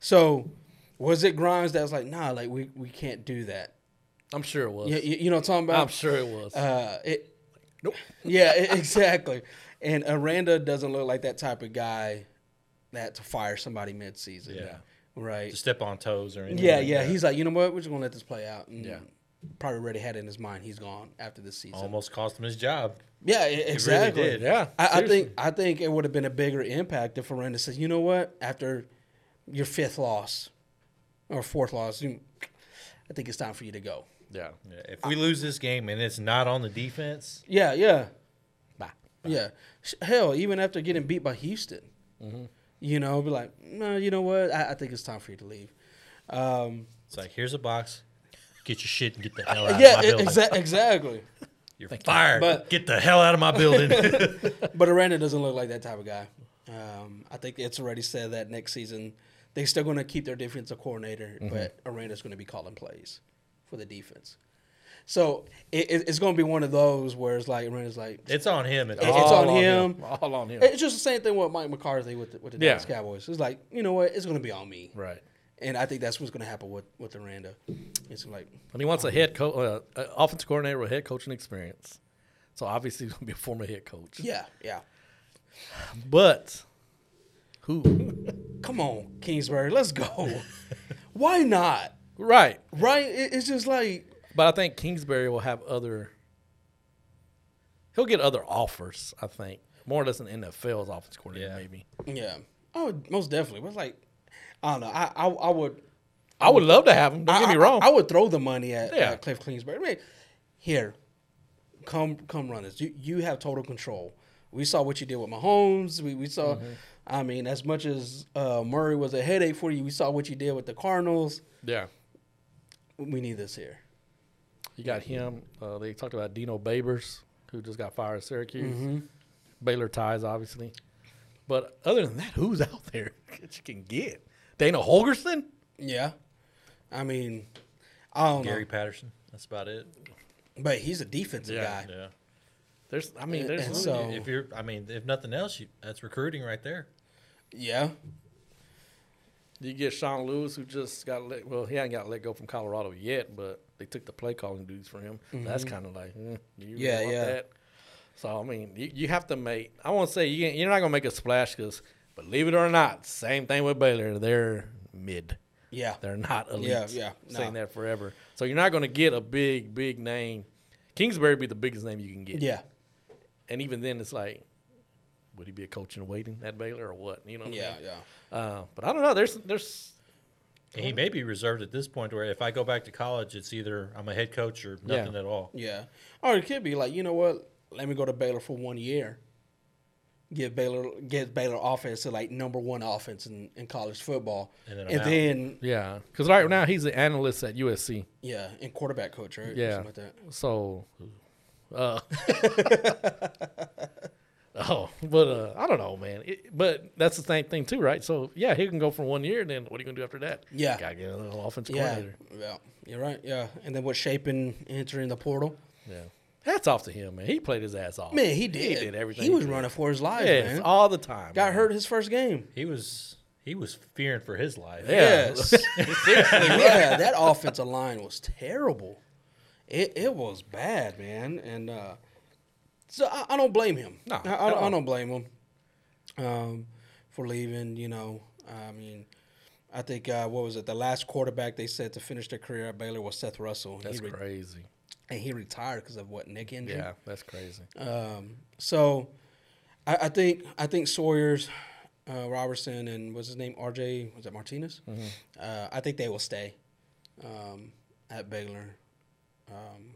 Speaker 4: So was it Grimes that was like, nah, like we, we can't do that.
Speaker 3: I'm sure it was.
Speaker 4: You, you, you know what I'm talking about?
Speaker 3: I'm sure it was.
Speaker 4: Uh, it, nope. Yeah, e- exactly. And Aranda doesn't look like that type of guy that to fire somebody mid-season.
Speaker 5: Yeah.
Speaker 4: Right.
Speaker 5: To step on toes or anything.
Speaker 4: Yeah,
Speaker 5: like
Speaker 4: yeah.
Speaker 5: that.
Speaker 4: He's like, you know what? We're just gonna let this play out. And
Speaker 3: Yeah.
Speaker 4: Probably already had it in his mind he's gone after this season.
Speaker 5: almost cost him his job.
Speaker 4: Yeah, e- exactly.
Speaker 5: Um, did.
Speaker 3: Yeah,
Speaker 4: I, I think
Speaker 3: seriously.
Speaker 4: I think it would have been a bigger impact if Aranda says, you know what? After your fifth loss or fourth loss, you, I think it's time for you to go.
Speaker 3: yeah.
Speaker 5: Yeah, If we lose this game and it's not on the defense,
Speaker 4: Yeah, yeah,
Speaker 3: Bye.
Speaker 4: yeah. Sh- Hell, even after getting beat by Houston,
Speaker 5: Mm-hmm.
Speaker 4: you know, be like, no, you know what? I, I think it's time for you to leave. Um,
Speaker 5: it's like here's a box. Get your shit and get the hell out
Speaker 4: yeah,
Speaker 5: of my
Speaker 4: e-
Speaker 5: building.
Speaker 4: exa- exactly.
Speaker 5: You're fired.
Speaker 4: But-
Speaker 5: get the hell out of my building.
Speaker 4: But Aranda doesn't look like that type of guy. Um, I think it's already said that next season they're still going to keep their defensive coordinator,
Speaker 3: Mm-hmm.
Speaker 4: but Aranda's going to be calling plays for the defense. So it, it- it's going to be one of those where it's like Aranda's like
Speaker 5: it's on him. At
Speaker 4: It's
Speaker 5: all.
Speaker 4: on him.
Speaker 3: All on him.
Speaker 4: it's just the same thing with Mike McCarthy with the, with the
Speaker 3: Yeah.
Speaker 4: Dallas Cowboys. It's like you know what, it's going to be on me,
Speaker 3: right.
Speaker 4: and I think that's what's going to happen with with Aranda. It's like
Speaker 3: And he wants a head coach, uh, uh, offensive coordinator with head coaching experience. So obviously he's going to be a former head coach.
Speaker 4: yeah, yeah.
Speaker 3: But who?
Speaker 4: Come on, Kingsbury, let's go. Why not?
Speaker 3: right.
Speaker 4: Right? It, it's just like
Speaker 3: But I think Kingsbury will have other. He'll get other offers. I think more or less an NFL's offensive coordinator.
Speaker 5: Yeah.
Speaker 3: Maybe
Speaker 4: Yeah. I would most definitely. But it's like, I don't know. I I, I would.
Speaker 3: I would love to have him. Don't
Speaker 4: I,
Speaker 3: get me
Speaker 4: I-
Speaker 3: wrong.
Speaker 4: I, would throw the money at,
Speaker 3: Yeah.
Speaker 4: at Cliff Kingsbury. I mean, here, come come run us. You you have total control. We saw what you did with Mahomes. We we saw.
Speaker 3: Mm-hmm.
Speaker 4: I mean, as much as uh, Murray was a headache for you, we saw what you did with the Cardinals.
Speaker 3: yeah,
Speaker 4: We need this here.
Speaker 3: You got him. Uh, they talked about Dino Babers, who just got fired at Syracuse.
Speaker 4: Mm-hmm.
Speaker 3: Baylor ties, obviously. But other than that, who's out there that you can get? Dana Holgerson?
Speaker 4: Yeah. I mean, I don't
Speaker 5: Gary
Speaker 4: know.
Speaker 5: Patterson. That's about it.
Speaker 4: But he's a defensive
Speaker 3: Yeah.
Speaker 4: guy.
Speaker 5: Yeah.
Speaker 3: There's, I mean,
Speaker 4: And-
Speaker 3: there's
Speaker 4: and
Speaker 3: really-
Speaker 4: so-
Speaker 5: If you're, I mean, if nothing else, you, that's recruiting right there.
Speaker 4: Yeah.
Speaker 3: you get Sean Lewis, who just got let. Well, he ain't got let go from Colorado yet, but they took the play calling duties for him. That's kind of like, mm, do you
Speaker 4: Mm-hmm. Yeah,
Speaker 3: really want
Speaker 4: yeah.
Speaker 3: that? So I mean, you, you have to make. I won't say you, you're not gonna make a splash because, believe it or not, same thing with Baylor. They're mid.
Speaker 4: Yeah.
Speaker 3: They're not elite.
Speaker 4: Yeah, yeah,
Speaker 3: Saying
Speaker 4: no.
Speaker 3: that forever. So you're not gonna get a big, big name. Kingsbury be the biggest name you can get.
Speaker 4: Yeah.
Speaker 3: And even then, it's like, would he be a coach in waiting at Baylor or what? You know. What
Speaker 4: Yeah.
Speaker 3: I mean?
Speaker 4: Yeah.
Speaker 3: Uh, but I don't know. There's there's
Speaker 5: And he may be reserved at this point where if I go back to college, it's either I'm a head coach or nothing
Speaker 3: Yeah.
Speaker 5: at all.
Speaker 4: Yeah. Or it could be like, you know what? Let me go to Baylor for one year. Give Baylor get Baylor offense to like number one offense in, in college football.
Speaker 5: And
Speaker 4: And
Speaker 5: then
Speaker 4: then,
Speaker 5: I'm out.
Speaker 3: Yeah, because right now he's an analyst at USC.
Speaker 4: yeah, and quarterback coach, right? Or
Speaker 3: Yeah,
Speaker 4: something like that.
Speaker 3: so, uh, oh, but uh, I don't know, man. It, but that's the same thing too, right? So yeah, he can go for one year, and then what are you gonna do after that?
Speaker 4: Yeah.
Speaker 3: gotta get another offensive
Speaker 4: Yeah.
Speaker 3: coordinator.
Speaker 4: Yeah. You're right. Yeah. And then what shaping entering the portal?
Speaker 3: Yeah, hats off to him, man. He played his ass off.
Speaker 4: Man, he did.
Speaker 3: He did everything.
Speaker 4: He was
Speaker 3: could.
Speaker 4: running for his life,
Speaker 3: yes,
Speaker 4: man.
Speaker 3: all the time.
Speaker 4: Got
Speaker 3: man.
Speaker 4: hurt his first game.
Speaker 5: He was he was fearing for his life.
Speaker 3: Yeah.
Speaker 4: Yes. yeah, that offensive line was terrible. It it was bad, man. And uh, so I, I don't blame him.
Speaker 3: No,
Speaker 4: I, I,
Speaker 3: at
Speaker 4: don't, I
Speaker 3: all.
Speaker 4: don't blame him um, for leaving. You know, I mean, I think uh, what was it? The last quarterback they said to finish their career at Baylor was Seth Russell. And
Speaker 3: That's
Speaker 4: he re-
Speaker 3: crazy.
Speaker 4: And he retired because of what neck injury.
Speaker 3: Yeah, that's crazy.
Speaker 4: Um, so I, I think I think Sawyer's, uh, Robertson, and what's his name, R.J. Was that Martinez? Uh, I think they will stay um, at Baylor, um,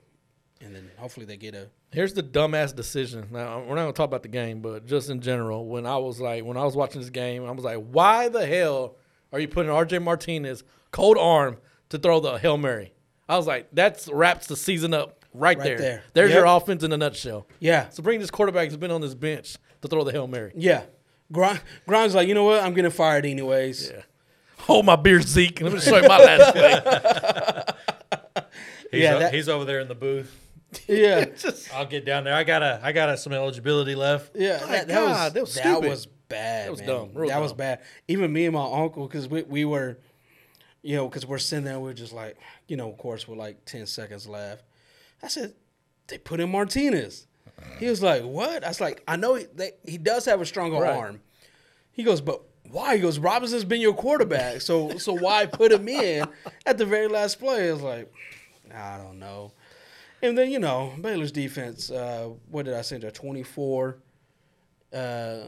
Speaker 4: and then hopefully they get a
Speaker 3: Here's the dumbass decision. Now we're not gonna talk about the game, but just in general, when I was like, when I was watching this game, I was like, why the hell are you putting R.J. Martinez cold arm to throw the hail mary? I was like, that's wraps the season up right,
Speaker 4: Right
Speaker 3: there.
Speaker 4: there.
Speaker 3: There's
Speaker 4: Yep.
Speaker 3: your offense in a nutshell.
Speaker 4: yeah
Speaker 3: So bring this quarterback who's been on this bench to throw the hail mary.
Speaker 4: yeah. Grimes, Grimes like you know what I'm getting fired anyways.
Speaker 3: Yeah. Hold my beer, Zeke. Let me show you my last play.
Speaker 5: He's,
Speaker 4: Yeah,
Speaker 5: o-
Speaker 4: that-
Speaker 5: he's over there in the booth.
Speaker 4: Yeah,
Speaker 5: I'll get down there. I gotta I gotta some eligibility left.
Speaker 4: Yeah,
Speaker 3: My
Speaker 4: that, that
Speaker 3: God, that
Speaker 4: was
Speaker 3: was
Speaker 4: that
Speaker 3: stupid.
Speaker 4: was bad. That
Speaker 3: was
Speaker 4: man.
Speaker 3: dumb, real
Speaker 4: that was
Speaker 3: dumb.
Speaker 4: bad. Even me and my uncle, because we, we were, you know, because we're sitting there, we're just like, you know, of course, we're like ten seconds left. I said, they put in Martinez. He was like, what? I was like, I know he, they, he does have a stronger
Speaker 3: Right.
Speaker 4: arm. He goes, but why? He goes, Robinson's been your quarterback, so so why put him in at the very last play? I was like, I don't know. And then you know Baylor's defense. Uh, what did I send her? Twenty four, uh,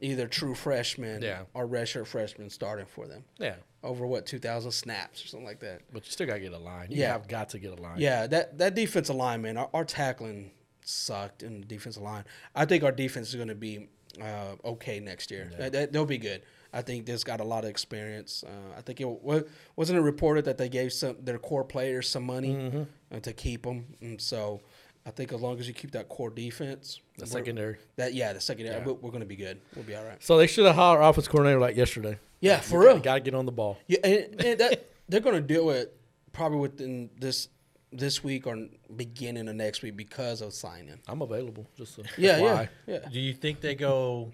Speaker 4: either true freshmen
Speaker 3: Yeah.
Speaker 4: or redshirt freshmen starting for them
Speaker 3: Yeah.
Speaker 4: over what two thousand snaps or something like that.
Speaker 3: But you still gotta get a line. You
Speaker 4: Yeah.
Speaker 3: have got to get a line.
Speaker 4: Yeah, that that defensive line, man, our, our tackling sucked in the defensive line. I think our defense is going to be uh, okay next year. That, that, they'll be good. I think this got a lot of experience. Uh, I think it wa- wasn't it reported that they gave some their core players some money
Speaker 3: Mm-hmm.
Speaker 4: uh, to keep them, and so I think as long as you keep that core defense,
Speaker 3: The
Speaker 4: we're-
Speaker 3: secondary.
Speaker 4: that yeah, the secondary, we're, we're going to be good. We'll be all right.
Speaker 3: So they should have hired our offense coordinator like yesterday.
Speaker 4: Yeah, for
Speaker 3: You
Speaker 4: real.
Speaker 3: Gotta get on the ball.
Speaker 4: Yeah, and, and that they're going to do it probably within this this week or beginning of next week because of signing.
Speaker 3: I'm available. Just so
Speaker 4: Yeah,
Speaker 3: why.
Speaker 4: yeah, yeah.
Speaker 5: Do you think they go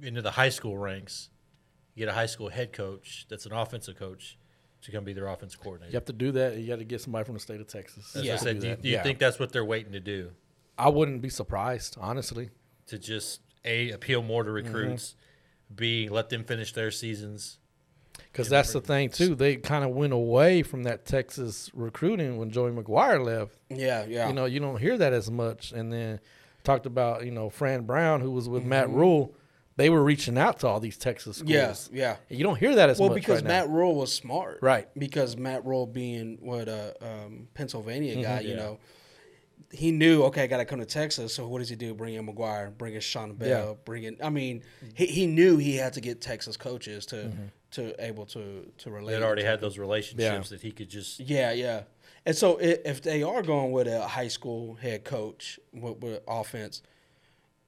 Speaker 5: into the high school ranks, get a high school head coach that's an offensive coach to come be their offense coordinator?
Speaker 3: You have to do that. You got to get somebody from the state of Texas.
Speaker 5: That's
Speaker 4: Yeah.
Speaker 5: what I said. Do you, do you
Speaker 3: Yeah.
Speaker 5: think that's what they're waiting to do?
Speaker 3: I wouldn't be surprised, honestly.
Speaker 5: To just A, appeal more to recruits, B, let them finish their seasons.
Speaker 3: Because that's the thing, too. They kind of went away from that Texas recruiting when Joey McGuire left.
Speaker 4: Yeah, yeah.
Speaker 3: You know, you don't hear that as much. And then talked about, you know, Fran Brown, who was with Matt Rule. They were reaching out to all these Texas schools.
Speaker 4: Yeah, yeah.
Speaker 3: You don't hear that as
Speaker 4: well,
Speaker 3: much.
Speaker 4: because
Speaker 3: right now.
Speaker 4: Matt Rule was smart,
Speaker 3: Right.
Speaker 4: Because Matt Rule being what a um, Pennsylvania
Speaker 3: Mm-hmm.
Speaker 4: guy, you know, he knew okay, I got to come to Texas. So what does he do? Bring in McGuire, bring in Sean Bell,
Speaker 3: Yeah. Mm-hmm.
Speaker 4: bring in. I mean, he, he knew he had to get Texas coaches to to able to to relate.
Speaker 5: They'd already
Speaker 4: to
Speaker 5: had those relationships that he could just
Speaker 4: Yeah, yeah. And so i if they are going with a high school head coach with, with offense,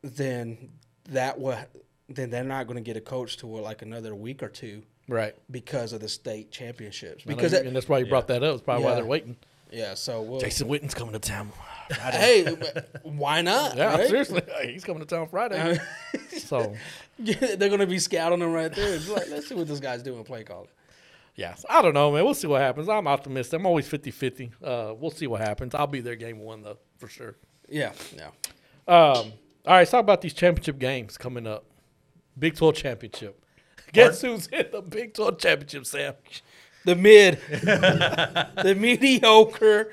Speaker 4: then that will then they're not going to get a coach to like another week or two
Speaker 3: Right.
Speaker 4: because of the state championships.
Speaker 3: I know
Speaker 4: Because
Speaker 3: you-
Speaker 4: that-
Speaker 3: and that's why you brought that up. It's probably why
Speaker 4: Yeah.
Speaker 3: they're waiting.
Speaker 4: yeah, so we'll,
Speaker 3: Jason Witten's coming to town.
Speaker 4: hey, why not?
Speaker 3: Yeah,
Speaker 4: right?
Speaker 3: seriously, Hey, he's coming to town Friday. so,
Speaker 4: Yeah, they're gonna be scouting him right there. It's like, let's see what this guy's doing play calling.
Speaker 3: yeah, so I don't know, man. We'll see what happens. I'm optimistic. I'm always 50 50. Uh, we'll see what happens. I'll be there game one, though, for sure.
Speaker 4: Yeah, yeah.
Speaker 3: Um, all right, let's talk about these championship games coming up. Big 12 championship. Guess who's in the Big 12 championship, Sam?
Speaker 4: The mid, the mediocre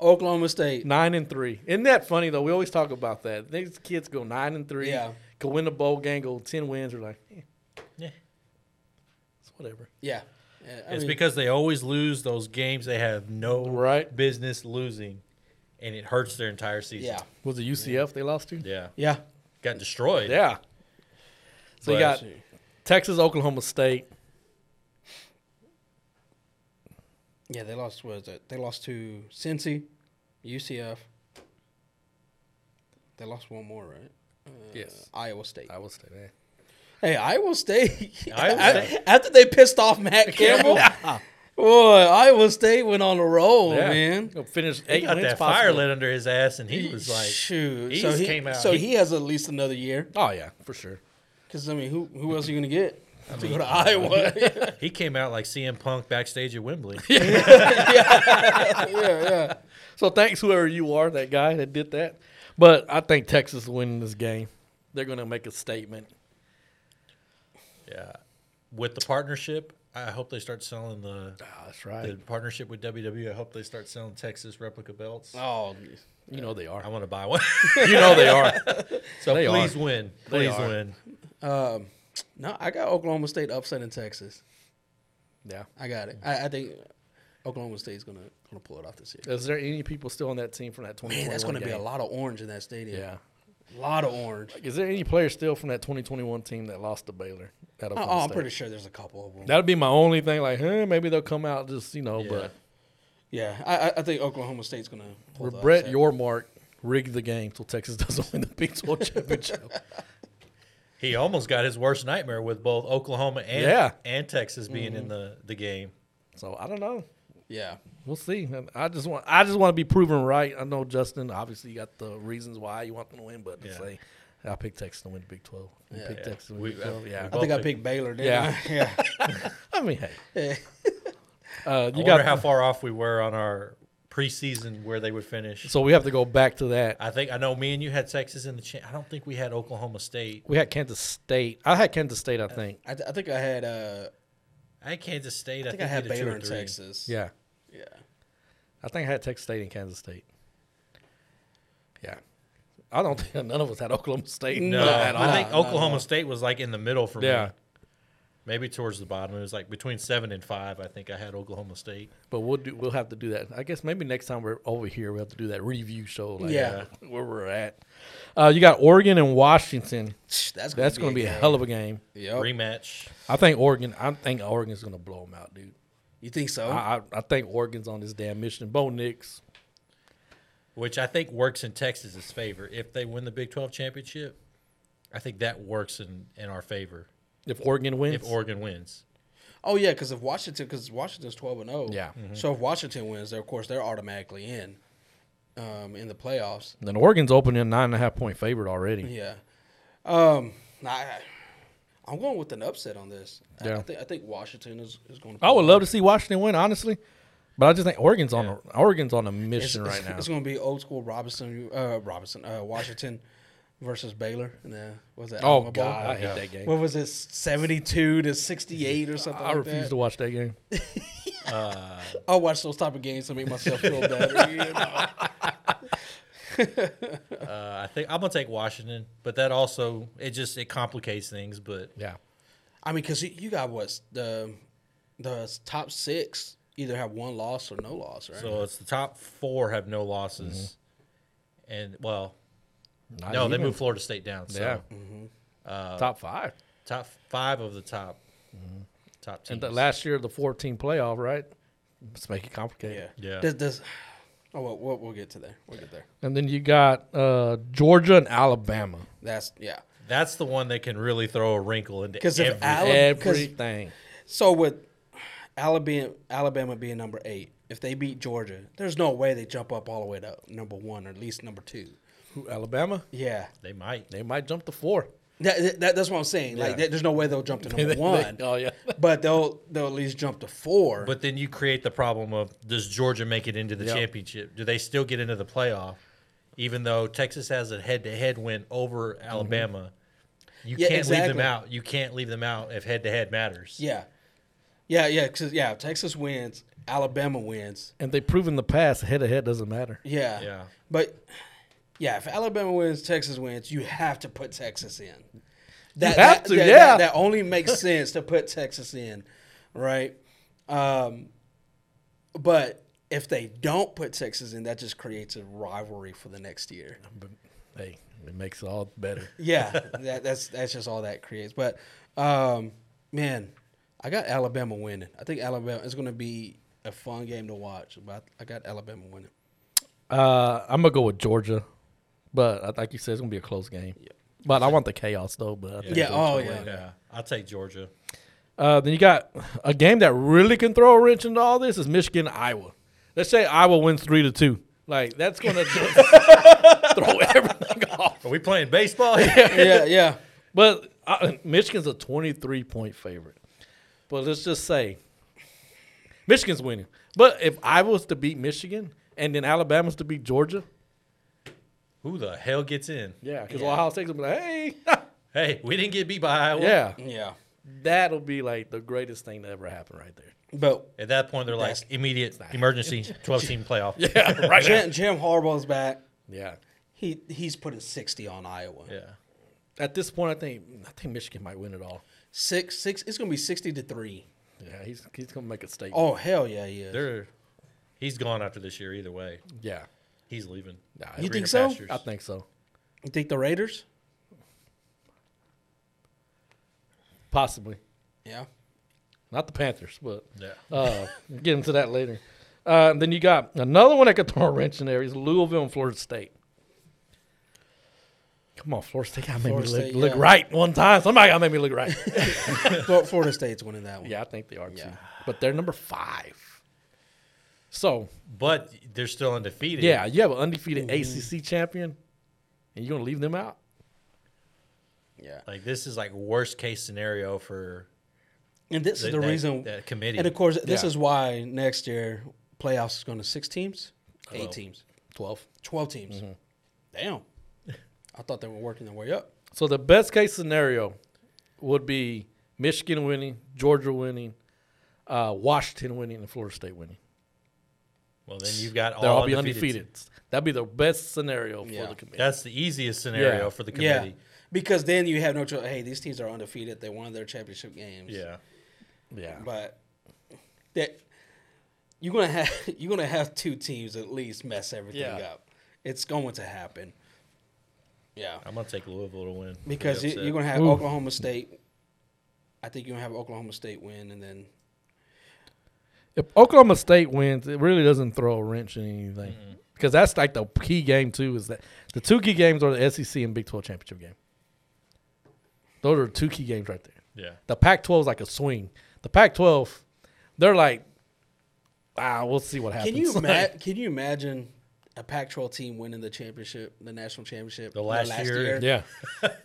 Speaker 4: Oklahoma State.
Speaker 3: Nine and three. Isn't that funny though? We always talk about that. These kids go nine and three.
Speaker 4: Yeah.
Speaker 3: Go win the bowl game. Go ten wins. We're like, eh,
Speaker 5: Yeah.
Speaker 3: it's whatever.
Speaker 4: Yeah, yeah I
Speaker 5: it's
Speaker 4: mean,
Speaker 5: because they always lose those games they have no
Speaker 3: Right.
Speaker 5: business losing, and it hurts their entire season.
Speaker 4: yeah,
Speaker 3: Was it UCF they lost to?
Speaker 5: Yeah.
Speaker 4: yeah,
Speaker 5: Got destroyed.
Speaker 3: Yeah. So you
Speaker 5: But-
Speaker 3: got Texas, Oklahoma State.
Speaker 4: yeah. They lost. What is it? They lost to Cincy, UCF. They lost one more, right? Uh,
Speaker 3: yes.
Speaker 4: Iowa State.
Speaker 3: Iowa State. eh.
Speaker 4: Hey, Iowa State.
Speaker 5: Iowa
Speaker 4: A-
Speaker 5: State.
Speaker 4: After they pissed off Matt Campbell, boy, Iowa State went on a roll,
Speaker 3: Yeah.
Speaker 4: Oh, man.
Speaker 3: Gonna finish
Speaker 5: He
Speaker 3: eight
Speaker 5: got
Speaker 3: wins
Speaker 5: that
Speaker 3: possibly.
Speaker 5: fire lit under his ass, and he was like,
Speaker 4: Shoot.
Speaker 5: He
Speaker 4: so
Speaker 5: just
Speaker 4: he,
Speaker 5: came out.
Speaker 4: So
Speaker 5: He-
Speaker 4: he, has at least another year.
Speaker 3: Oh yeah, for sure.
Speaker 4: Because I mean, who who else are you gonna get to go to Iowa? yeah,
Speaker 5: he came out like CM Punk backstage at Wembley.
Speaker 4: yeah.
Speaker 3: So thanks whoever you are, that guy that did that. But I think Texas is winning this game. They're gonna make a statement.
Speaker 5: yeah. With the partnership, I hope they start selling the
Speaker 4: Ah,
Speaker 3: that's
Speaker 5: the partnership with WWE. I hope they start selling Texas replica belts.
Speaker 4: Oh,
Speaker 3: You know they are.
Speaker 5: I want to buy one.
Speaker 3: You know they are.
Speaker 5: so
Speaker 3: They
Speaker 5: please
Speaker 3: are.
Speaker 5: win.
Speaker 3: They
Speaker 5: Please
Speaker 3: are.
Speaker 5: win.
Speaker 4: um, no, I got Oklahoma State upset in Texas.
Speaker 3: Yeah.
Speaker 4: I got it. I, I think Oklahoma State's gonna gonna pull it off this year.
Speaker 3: Is there any people still on that team from that 2021
Speaker 4: Man, that's gonna be a
Speaker 3: game?
Speaker 4: lot of orange in that stadium.
Speaker 3: Yeah.
Speaker 4: a lot of orange.
Speaker 3: Is there any players still from that 2021 team that lost to Baylor? At
Speaker 4: Oh,
Speaker 3: Oklahoma
Speaker 4: oh, I'm
Speaker 3: State?
Speaker 4: pretty sure there's a couple of them.
Speaker 3: That'd be my only thing. Like, huh, maybe they'll come out just you know,
Speaker 5: Yeah.
Speaker 3: but
Speaker 4: Yeah, I, I- I think Oklahoma State's gonna pull the
Speaker 3: regret
Speaker 4: upset.
Speaker 3: your mark rigged the game till Texas doesn't win the Big 12 championship.
Speaker 5: He almost got his worst nightmare with both Oklahoma and
Speaker 3: Yeah. Mm-hmm.
Speaker 5: and Texas being in the, the game.
Speaker 3: so I don't know.
Speaker 4: yeah.
Speaker 3: We'll see. And I just want I just want to be proven right. I know Justin. Obviously, you got the reasons why you want them to win, but to
Speaker 5: Yeah.
Speaker 3: say I picked Texas to win the Big 12. You picked Texas to win
Speaker 5: We-
Speaker 3: the Big 12.
Speaker 5: I-
Speaker 3: Yeah.
Speaker 4: I think I picked Baylor. Didn't
Speaker 3: Yeah.
Speaker 4: I? yeah.
Speaker 3: I mean, hey. Uh,
Speaker 5: I
Speaker 3: you
Speaker 5: wonder
Speaker 3: got
Speaker 5: how far off we were on our preseason where they would finish.
Speaker 3: so we have to go back to that.
Speaker 5: I think I know. Me and you had Texas in the. Cha- I don't think we had Oklahoma State.
Speaker 3: We had Kansas State. I had Kansas State, I think.
Speaker 4: I, th- I think I had uh,
Speaker 5: I had Kansas State.
Speaker 4: I think I had
Speaker 5: we did two
Speaker 4: Baylor
Speaker 5: or
Speaker 4: in
Speaker 5: three.
Speaker 4: Texas.
Speaker 3: Yeah.
Speaker 4: yeah.
Speaker 3: I think I had Texas State and Kansas State. Yeah. I don't think none of us had Oklahoma State.
Speaker 5: No,
Speaker 3: at all.
Speaker 5: I think Oklahoma State was like in the middle for
Speaker 3: yeah.
Speaker 5: me. Maybe towards the bottom. It was like between seven and five. I think I had Oklahoma State.
Speaker 3: But we'll do, we'll have to do that. I guess maybe next time we're over here, we'll have to do that review show. Like,
Speaker 4: Yeah.
Speaker 3: uh, Where we're at. Uh, you got Oregon and Washington.
Speaker 4: That's gonna
Speaker 3: That's
Speaker 4: be
Speaker 3: going to be a
Speaker 4: game.
Speaker 3: hell of a game.
Speaker 4: Yep.
Speaker 5: Rematch.
Speaker 3: I think Oregon, I think Oregon's going to blow them out, dude.
Speaker 4: You think so?
Speaker 3: I, I, I think Oregon's on this damn mission. Bo Nix.
Speaker 5: which I think works in Texas's favor. If they win the Big 12 championship, I think that works in, in our favor
Speaker 3: If Oregon wins,
Speaker 5: if Oregon wins.
Speaker 4: oh yeah, because if Washington, because Washington's twelve and zero.
Speaker 3: Yeah.
Speaker 4: So if Washington wins, they're, of course they're automatically in, um, in the playoffs.
Speaker 3: then Oregon's opening a nine and a half point favorite already.
Speaker 4: Yeah. Um, I, I- I'm going with an upset on this. I- I,
Speaker 3: Yeah.
Speaker 4: think I think Washington is, is going.
Speaker 3: I would love to see Washington win, honestly, but I just think Oregon's on a, Oregon's on a mission right now.
Speaker 4: It's going to be old school Robinson, uh, Robinson, uh, Washington versus Baylor. And, uh, was that?
Speaker 3: oh
Speaker 4: Alamo Bowl?
Speaker 3: God, I hate that game.
Speaker 4: What was it, seventy-two to sixty-eight or something?
Speaker 3: I
Speaker 4: like
Speaker 3: refuse
Speaker 4: that?
Speaker 3: to watch that game.
Speaker 4: I'll watch those type of games to make myself feel better. you know?
Speaker 5: Uh, I think I'm gonna take Washington, but that also it just it complicates things. But
Speaker 3: Yeah,
Speaker 4: I mean, because you got what's the the top six either have one loss or no loss, right?
Speaker 5: so it's the top four have no losses, and well,
Speaker 3: Mm-hmm. Not
Speaker 5: no, they
Speaker 3: even.
Speaker 5: moved Florida State down. So
Speaker 3: Yeah,
Speaker 4: mm-hmm.
Speaker 3: top five.
Speaker 5: top five of the top top teams.
Speaker 3: Mm-hmm. And the last year of the fourteen playoff, right? Let's make it complicated.
Speaker 4: Yeah.
Speaker 5: Yeah.
Speaker 4: Does, does, oh, well, we'll, we'll get to there. We'll get there.
Speaker 3: And then you got uh, Georgia and Alabama.
Speaker 4: That's, yeah.
Speaker 5: That's the one that can really throw a wrinkle into
Speaker 4: 'Cause if
Speaker 5: every,
Speaker 4: Ala- because-
Speaker 3: Everything.
Speaker 4: So with Alabama, Alabama being number eight, if they beat Georgia, there's no way they jump up all the way to number one or at least number two.
Speaker 3: Who, Alabama?
Speaker 4: Yeah,
Speaker 5: they might.
Speaker 3: They might jump to four.
Speaker 4: that, that, that's what I'm saying. Like, there- there's no way they'll jump to number
Speaker 3: they-
Speaker 4: one.
Speaker 3: oh, yeah.
Speaker 4: but they'll they'll at least jump to four.
Speaker 5: But then you create the problem of does Georgia make it into the championship? Do they still get into the playoff, even though Texas has a head-to-head win over Alabama? You
Speaker 4: Yeah,
Speaker 5: can't leave them
Speaker 4: exactly.
Speaker 5: out. You can't leave them out if head-to-head matters.
Speaker 4: yeah, yeah, yeah. Because yeah, if Texas wins, Alabama wins.
Speaker 3: And they prove in the past head to head doesn't matter.
Speaker 4: Yeah,
Speaker 5: Yeah.
Speaker 4: But yeah, if Alabama wins, Texas wins, you have to put Texas in.
Speaker 3: have
Speaker 4: That, that-
Speaker 3: to,
Speaker 4: that-
Speaker 3: yeah.
Speaker 4: that- that only makes sense to put Texas in, right? Um, but if they don't put Texas in, that just creates a rivalry for the next year.
Speaker 3: But hey, it makes it all better.
Speaker 4: Yeah, that, that's that's just all that creates. But um, man, I got Alabama winning. I think Alabama is going to be a fun game to watch. But I got Alabama winning.
Speaker 3: Uh, I'm gonna go with Georgia, but I like you said, it's gonna be a close game. But I want the chaos though. But I think
Speaker 4: Yeah.
Speaker 3: Georgia-
Speaker 4: Oh yeah.
Speaker 5: Yeah, I'll take Georgia.
Speaker 3: Uh, then you got a game that really can throw a wrench into all this is Michigan Iowa. Let's say Iowa wins three to two. Like that's gonna just throw everything off.
Speaker 5: Are we playing baseball? here?
Speaker 4: Yeah. Yeah.
Speaker 3: But uh, Michigan's a 23 point favorite. But let's just say Michigan's winning. But if Iowa's to beat Michigan and then Alabama's to beat Georgia,
Speaker 5: Who the hell gets in?
Speaker 3: yeah, because Ohio State's gonna be like, hey,
Speaker 5: Hey, we didn't get beat by Iowa.
Speaker 3: yeah,
Speaker 4: Yeah.
Speaker 3: that'll be like the greatest thing to ever happen right there.
Speaker 4: But
Speaker 5: At that point, they're like immediate emergency 12 team playoff. Yeah.
Speaker 3: Right
Speaker 4: Jim, Jim Harbaugh's back.
Speaker 3: Yeah.
Speaker 4: He he's putting sixty on Iowa.
Speaker 3: At this point, I think I think Michigan might win it all.
Speaker 4: Six six. It's gonna be sixty to three.
Speaker 3: Yeah, he's he's gonna make a statement.
Speaker 4: Oh hell yeah, yeah.
Speaker 5: They're, he's gone after this year either way.
Speaker 3: yeah.
Speaker 5: He's leaving.
Speaker 3: Nah,
Speaker 4: Oh. You
Speaker 3: I-
Speaker 4: think
Speaker 5: Greener
Speaker 4: so?
Speaker 5: pastures.
Speaker 3: I think so.
Speaker 4: You think the Raiders?
Speaker 3: Possibly.
Speaker 4: Yeah.
Speaker 3: Not the Panthers, but
Speaker 5: Yeah.
Speaker 3: uh, get into that later. Uh, then you got another one that could throw a wrench in there is Louisville and Florida State. Come on, Florida State gotta make
Speaker 4: Florida
Speaker 3: me look,
Speaker 4: State,
Speaker 3: look
Speaker 4: yeah.
Speaker 3: right one time. Somebody gotta make me look right.
Speaker 4: Flo- Florida State's winning that one.
Speaker 3: yeah, I think they are too.
Speaker 4: Yeah.
Speaker 3: But they're number five. So
Speaker 5: But they're still undefeated.
Speaker 3: yeah, you have an undefeated
Speaker 4: Mm-hmm.
Speaker 3: ACC champion, and you're gonna leave them out.
Speaker 4: Yeah.
Speaker 5: Like, this is like worst case scenario for.
Speaker 4: And this
Speaker 5: That-
Speaker 4: is the
Speaker 5: that-
Speaker 4: reason
Speaker 5: that committee.
Speaker 4: And of course, this
Speaker 3: Yeah.
Speaker 4: is why next year playoffs is going to six teams, eight teams,
Speaker 3: Twelve.
Speaker 4: twelve teams. Damn. I thought they were working their way up.
Speaker 3: So the best case scenario would be Michigan winning, Georgia winning, uh, Washington winning, and Florida State winning.
Speaker 5: Well, then you've got all,
Speaker 3: They'll all be
Speaker 5: undefeated.
Speaker 3: undefeted. That'd be the best scenario for
Speaker 4: Yeah.
Speaker 3: the committee.
Speaker 5: That's the easiest scenario
Speaker 3: Yeah.
Speaker 5: for the
Speaker 4: Yeah.
Speaker 5: committee.
Speaker 4: Because then you have no choice. Hey, these teams are undefeated. They won their championship games.
Speaker 5: Yeah.
Speaker 3: yeah.
Speaker 4: but that you're gonna have you're gonna have two teams at least mess everything
Speaker 3: Yeah.
Speaker 4: up. It's going to happen. Yeah,
Speaker 5: I'm going to take Louisville to win.
Speaker 4: because
Speaker 5: Be
Speaker 4: you,
Speaker 5: upset.
Speaker 4: you're gonna have
Speaker 3: Ooh.
Speaker 4: Oklahoma State. I think you're gonna have Oklahoma State win, and then
Speaker 3: If Oklahoma State wins, it really doesn't throw a wrench in anything. Because that's like the key game too. Is that the two key games are the SEC and Big Twelve championship game. Those are two key games right there.
Speaker 5: Yeah.
Speaker 3: The Pac-12 is like a swing. The Pac-12, they're like, ah, we'll see what happens.
Speaker 4: can you
Speaker 3: Like,
Speaker 4: ima- can you imagine a Pac-12 team winning the championship, the national championship, the
Speaker 5: last year.
Speaker 3: Yeah,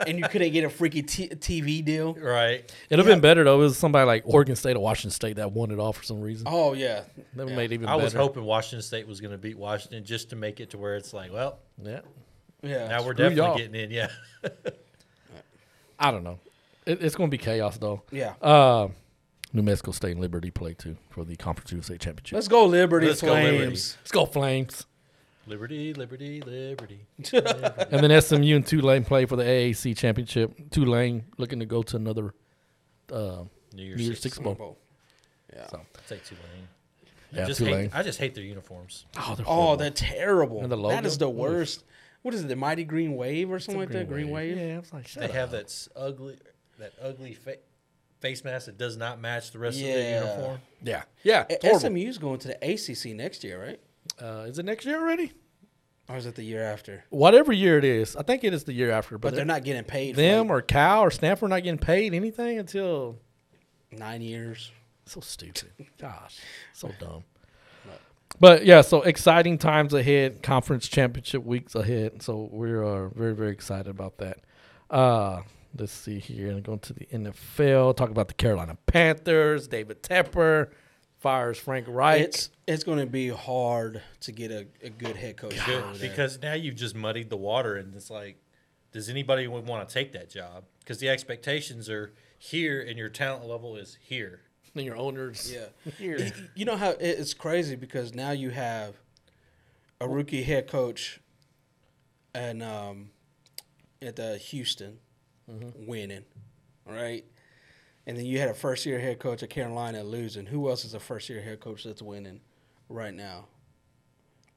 Speaker 4: and you couldn't get a freaky t- TV deal?
Speaker 5: Right.
Speaker 3: it'd have been better though. It was somebody like Oregon State or Washington State that won it all for some reason.
Speaker 4: Oh yeah,
Speaker 3: that made it even
Speaker 5: I
Speaker 3: better.
Speaker 5: was hoping Washington State was going to beat Washington just to make it to where it's like, well,
Speaker 3: Yeah,
Speaker 4: yeah.
Speaker 5: now we're
Speaker 3: Screw
Speaker 5: definitely
Speaker 3: y'all.
Speaker 5: getting in. Yeah.
Speaker 3: I don't know. It, it's going to be chaos though.
Speaker 4: yeah.
Speaker 3: Uh, New Mexico State and Liberty play too for the Conference USA Championship.
Speaker 4: Let's go Liberty
Speaker 5: Let's go Liberty.
Speaker 4: Flames.
Speaker 3: Let's go Flames.
Speaker 5: Liberty, liberty, liberty.
Speaker 3: and then SMU and Tulane play for the AAC Championship. Tulane looking to go to another uh,
Speaker 5: New
Speaker 3: New Year's Six Bowl.
Speaker 4: Bowl. Yeah.
Speaker 5: I'll take Tulane.
Speaker 3: Yeah,
Speaker 5: just
Speaker 3: Tulane.
Speaker 5: hate, I just hate their uniforms.
Speaker 3: Oh, they're
Speaker 4: Oh,
Speaker 3: horrible.
Speaker 4: they're terrible.
Speaker 3: And the
Speaker 4: That is
Speaker 3: logo?
Speaker 4: the worst. What is it? The Mighty Green Wave or something like that? Green Wave.
Speaker 3: Yeah, I was like, shut
Speaker 5: They
Speaker 3: up.
Speaker 5: have that s- ugly, that ugly fa- face mask that does not match the rest of
Speaker 4: Yeah.
Speaker 5: their uniform.
Speaker 3: Yeah. Yeah.
Speaker 4: A-
Speaker 3: it's horrible.
Speaker 4: SMU's going to the ACC next year, right?
Speaker 3: Uh, is it next year already?
Speaker 4: Or is it the year after?
Speaker 3: Whatever year it is, I think it is the year after.
Speaker 4: But
Speaker 3: But,
Speaker 4: they're not getting paid.
Speaker 3: them
Speaker 4: for
Speaker 3: or Cal or Stanford not getting paid anything until
Speaker 4: like nine years.
Speaker 3: so stupid. Gosh, so dumb. But yeah, so exciting times ahead. Conference championship weeks ahead. So we are very very excited about that. Uh, let's see here and go to the NFL. Talk about the Carolina Panthers. David Tepper fires Frank Reich.
Speaker 4: It's it's going to be hard to get a, a good head coach.
Speaker 5: Good,
Speaker 4: over there.
Speaker 5: because now you've just muddied the water, and it's like, does anybody would want to take that job? Because the expectations are here, and your talent level is here.
Speaker 3: and your owners.
Speaker 4: Yeah. You, you know how it- it's crazy because now you have a rookie head coach and um, at the Houston winning, right? And then you had a first year head coach at Carolina losing. Who else is a first year head coach that's winning right now?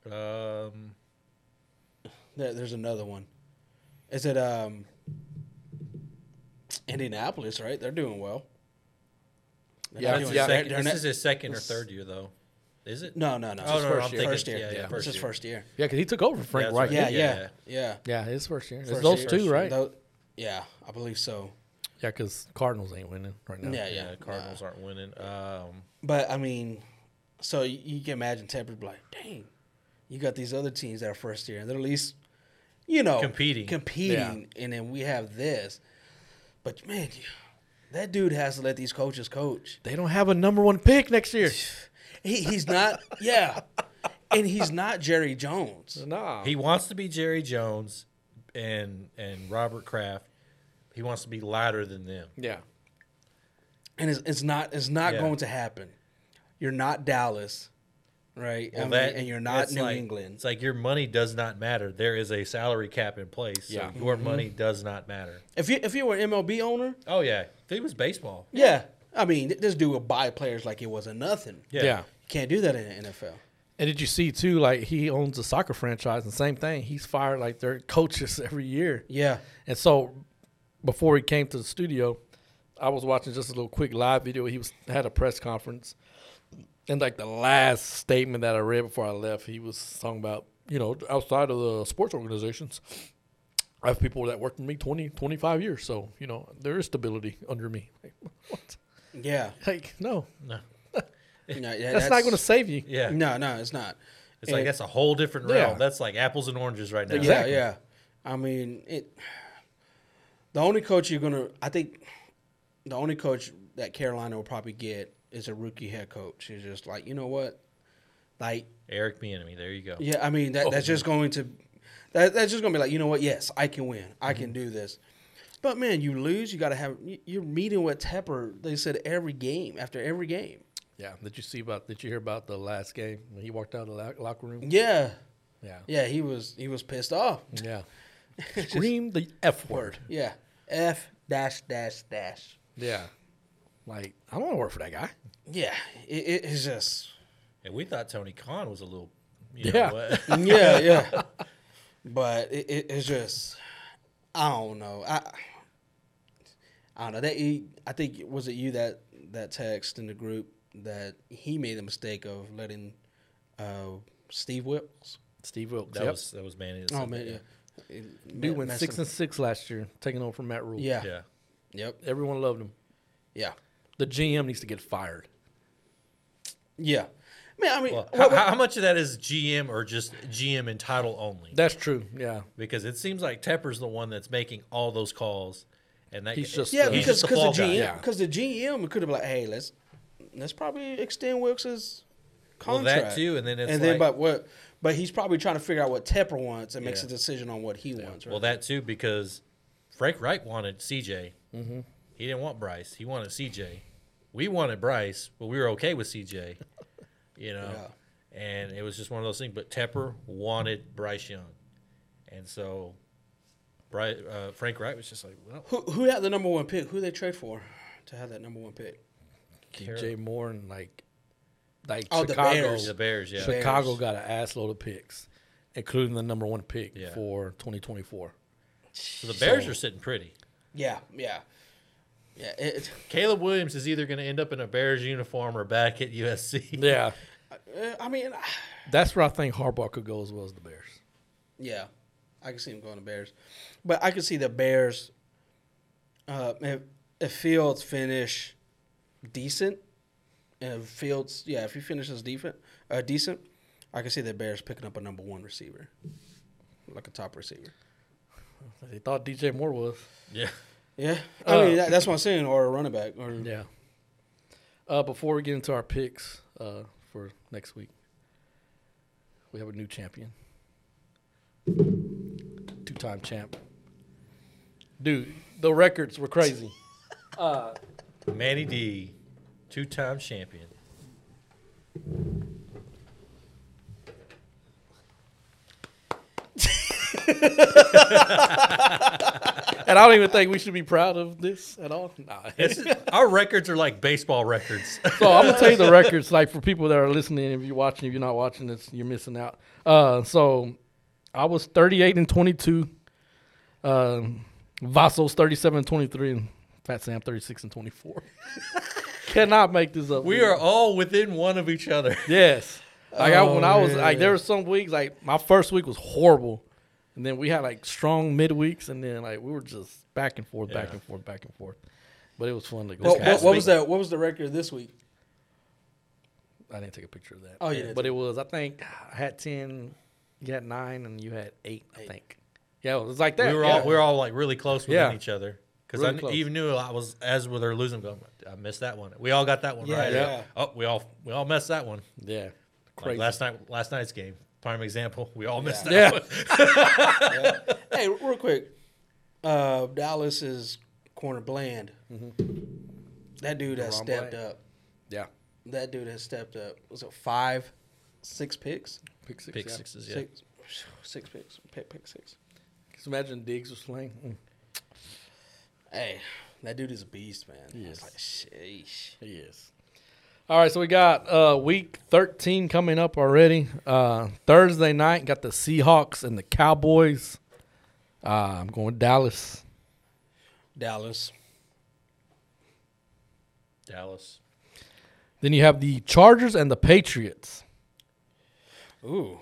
Speaker 5: Um,
Speaker 4: There, there's another one. Is it um, Indianapolis, right? They're doing well. They're
Speaker 3: Yeah,
Speaker 4: not
Speaker 5: that's
Speaker 4: doing-
Speaker 5: his
Speaker 3: yeah.
Speaker 4: they're-
Speaker 5: second-
Speaker 4: they're
Speaker 5: this
Speaker 4: not-
Speaker 5: is his second or third year, though. Is it?
Speaker 4: No, no, no.
Speaker 5: Oh,
Speaker 4: it's
Speaker 5: no,
Speaker 4: his
Speaker 5: no,
Speaker 4: first
Speaker 5: I'm
Speaker 4: year.
Speaker 5: thinking-
Speaker 4: first year.
Speaker 5: yeah, yeah,
Speaker 4: It's
Speaker 5: first
Speaker 4: his
Speaker 5: year.
Speaker 4: first year.
Speaker 3: Yeah, because he took over from Frank
Speaker 5: that's
Speaker 3: Reich.
Speaker 5: right.
Speaker 4: Yeah,
Speaker 3: Yeah,
Speaker 4: yeah,
Speaker 3: yeah.
Speaker 4: yeah.
Speaker 5: Yeah.
Speaker 3: his first year. it's
Speaker 4: First
Speaker 3: those
Speaker 4: year.
Speaker 3: two, right?
Speaker 4: Tho- yeah, I believe so.
Speaker 3: yeah, because Cardinals ain't winning right now.
Speaker 4: Yeah, yeah.
Speaker 5: Yeah, Cardinals aren't winning. Um,
Speaker 4: But I mean, so you, you can imagine Tepper's like, dang, you got these other teams that are first year, and they're at least, you know,
Speaker 5: Competing.
Speaker 4: competing, and then we have this. But man, you- that dude has to let these coaches coach.
Speaker 3: They don't have a number one pick next year.
Speaker 4: He, he's not, yeah, and he's not Jerry Jones.
Speaker 3: no.
Speaker 5: He wants to be Jerry Jones and and Robert Kraft. He wants to be lighter than them.
Speaker 3: yeah.
Speaker 4: and it's, it's not it's not
Speaker 5: Yeah.
Speaker 4: going to happen. You're not Dallas, right? I mean, and you're not
Speaker 5: it's
Speaker 4: New
Speaker 5: like-
Speaker 4: England.
Speaker 5: It's like your money does not matter. There is a salary cap in place.
Speaker 3: Yeah.
Speaker 5: So your money does not matter.
Speaker 4: If you if you were an MLB owner,
Speaker 5: Oh yeah. If it was baseball.
Speaker 4: yeah, I mean th- this dude would buy players like it wasn't nothing.
Speaker 5: Yeah.
Speaker 3: Yeah.
Speaker 4: you can't do that in the NFL.
Speaker 3: And did you see too? Like he owns a soccer franchise, and same thing. He's fired like their coaches every year.
Speaker 4: Yeah,
Speaker 3: And so, before he came to the studio, I was watching just a little quick live video. He was had a press conference, and like the last statement that I read before I left, he was talking about you know outside of the sports organizations, I have people that worked with me 20, 25 years, so you know there is stability under me. Like, what?
Speaker 4: yeah.
Speaker 3: Like no,
Speaker 4: No, yeah
Speaker 3: that's, not going to save you.
Speaker 5: Yeah.
Speaker 4: No, no, it's not.
Speaker 5: It's like
Speaker 4: And-
Speaker 5: that's a whole different
Speaker 3: Yeah.
Speaker 5: realm. That's like apples and oranges right now.
Speaker 3: Exactly.
Speaker 4: Yeah, yeah. I mean, it. The only coach you're gonna, I think, the only coach that Carolina will probably get is a rookie head coach. He's just like, you know what, like
Speaker 5: Eric Bieniemy. There you go.
Speaker 4: Yeah, I mean that, that's just going to that, that's just going to be like you know what? Yes, I can win. I can do this. But man, you lose. You got to have you- you're meeting with Tepper. They said every game after every game.
Speaker 3: Yeah. Did you see about? Did you hear about the last game when he walked out of the lo- locker room?
Speaker 4: Yeah, Mm.
Speaker 3: Yeah.
Speaker 4: yeah. He was he was pissed off.
Speaker 3: Yeah. Scream the F word.
Speaker 4: Yeah. F dash dash dash.
Speaker 3: Yeah. Like, I don't want to work for that guy.
Speaker 4: Yeah, it, it- it's just
Speaker 5: And we thought Tony Khan was a little. You
Speaker 3: Yeah.
Speaker 5: Know what?
Speaker 4: yeah yeah. But it, it, it's just I don't know. I I don't know. That he, I think was it you that that text in the group that he made the mistake of letting uh, Steve Wilkes.
Speaker 3: Steve Wilkes.
Speaker 5: That
Speaker 3: yep.
Speaker 5: was that was Manny. that
Speaker 4: Oh
Speaker 5: said
Speaker 4: man,
Speaker 5: that.
Speaker 4: yeah.
Speaker 3: Dude went six and six last year, taking over from Matt Rule.
Speaker 4: yeah.
Speaker 5: Yeah.
Speaker 4: Yep.
Speaker 3: Everyone loved him.
Speaker 4: Yeah.
Speaker 3: The GM needs to get fired.
Speaker 4: Yeah. Man, I mean,
Speaker 5: Well,
Speaker 4: what-
Speaker 5: how,
Speaker 4: what-
Speaker 5: how much of that is GM or just GM in title only?
Speaker 3: That's true. Yeah.
Speaker 5: because it seems like Tepper's the one that's making all those calls, and that
Speaker 3: He's just
Speaker 4: yeah,
Speaker 3: the- He's
Speaker 4: because
Speaker 5: the
Speaker 4: because
Speaker 5: fall
Speaker 4: the
Speaker 5: guy.
Speaker 4: GM
Speaker 3: Yeah.
Speaker 4: because the GM could have been like, hey, let's let's probably extend Wilkes's
Speaker 5: Well,
Speaker 4: contract.
Speaker 5: that too, and then it's
Speaker 4: and then
Speaker 5: like-
Speaker 4: but what but he's probably trying to figure out what Tepper wants and makes a
Speaker 5: Yeah.
Speaker 4: decision on what he wants. Right?
Speaker 5: well that too because Frank Wright wanted CJ. He didn't want Bryce. He wanted CJ. We wanted Bryce, but we were okay with CJ. You know, and it was just one of those things. But Tepper wanted Bryce Young, and so Bryce, uh, Frank Wright was just like, well,
Speaker 4: who who had the number one pick? Who they trade for to have that number one pick?
Speaker 3: DJ Moore and like, like
Speaker 4: Oh, the
Speaker 3: Chicago.
Speaker 4: Bears.
Speaker 5: the Bears, yeah,
Speaker 3: Chicago got an assload of picks, including the number one pick
Speaker 5: Yeah.
Speaker 3: for 2024.
Speaker 5: so the Bears are sitting pretty.
Speaker 4: Yeah, yeah. Yeah, it,
Speaker 5: Caleb Williams is either going to end up in a Bears uniform or back at USC.
Speaker 3: Yeah,
Speaker 4: uh, I mean,
Speaker 3: that's where I think Harbaugh could go as well as the Bears.
Speaker 4: yeah, I can see him going to Bears, but I can see the Bears. Uh, if, if Fields finish decent, and if Fields, yeah, if he finishes decent, uh, decent, I can see the Bears picking up a number one receiver, like a top receiver.
Speaker 3: They thought DJ Moore was.
Speaker 5: Yeah.
Speaker 4: Yeah, I mean that, that's what I'm saying, or a running back, or
Speaker 3: Uh, Yeah. Uh, before we get into our picks uh, for next week, we have a new champion, two-time champ. Dude, the records were crazy.
Speaker 5: Manny D, two time champion.
Speaker 3: And I don't even think we should be proud of this at all. Nah.
Speaker 5: This is- our records are like baseball records.
Speaker 3: So I'm gonna tell you the records, like for people that are listening. If you're watching, if you're not watching this, you're missing out. Uh, so I was 38 and 22. Um, Vasso's 37 and 23, and Fat Sam 36 and 24. Cannot make this up.
Speaker 5: we
Speaker 3: dude.
Speaker 5: are all within one of each other.
Speaker 3: yes. Like I, when I was like, there were some weeks like my first week was horrible, and then we had like strong midweeks, and then like we were just back and forth, back
Speaker 5: Yeah.
Speaker 3: and forth, back and forth. But it was fun to go.
Speaker 4: What,
Speaker 3: back.
Speaker 4: what, what was that? What was the record this week?
Speaker 3: I didn't take a picture of that.
Speaker 4: Oh, you didn't
Speaker 3: but it was. I think I had ten, you had nine, and you had eight. I think. Yeah, it was like that.
Speaker 5: We were
Speaker 3: yeah.
Speaker 5: all we were all like really close within
Speaker 3: Yeah.
Speaker 5: each other because
Speaker 3: Really
Speaker 5: I kn-
Speaker 3: close.
Speaker 5: even knew I was as with her losing. Going, I missed that one. We all got that one
Speaker 4: Yeah,
Speaker 5: right.
Speaker 4: yeah.
Speaker 5: Oh, we all we all missed that one.
Speaker 3: yeah,
Speaker 5: Like,
Speaker 3: crazy.
Speaker 5: last night, last night's game, prime example. We all missed that.
Speaker 3: yeah,
Speaker 4: hey, real quick, uh, Dallas's corner Bland. That dude has
Speaker 3: Ron
Speaker 4: stepped
Speaker 3: Mm-hmm. Bland.
Speaker 4: up.
Speaker 3: yeah.
Speaker 4: That dude has stepped up. Was it five, six picks?
Speaker 3: Pick six.
Speaker 5: Pick
Speaker 3: yeah.
Speaker 5: sixes. Yeah.
Speaker 4: Six, six picks. Pick, pick six.
Speaker 3: Just imagine Diggs was playing. Mm.
Speaker 4: Hey, that dude is a beast, man. I
Speaker 3: Yes.
Speaker 4: was like, sheesh.
Speaker 3: He is. All right, so we got uh, week thirteen coming up already. Uh, Thursday night got the Seahawks and the Cowboys. Uh, I'm going Dallas.
Speaker 4: Dallas.
Speaker 5: Dallas.
Speaker 3: Then you have the Chargers and the Patriots.
Speaker 4: Ooh.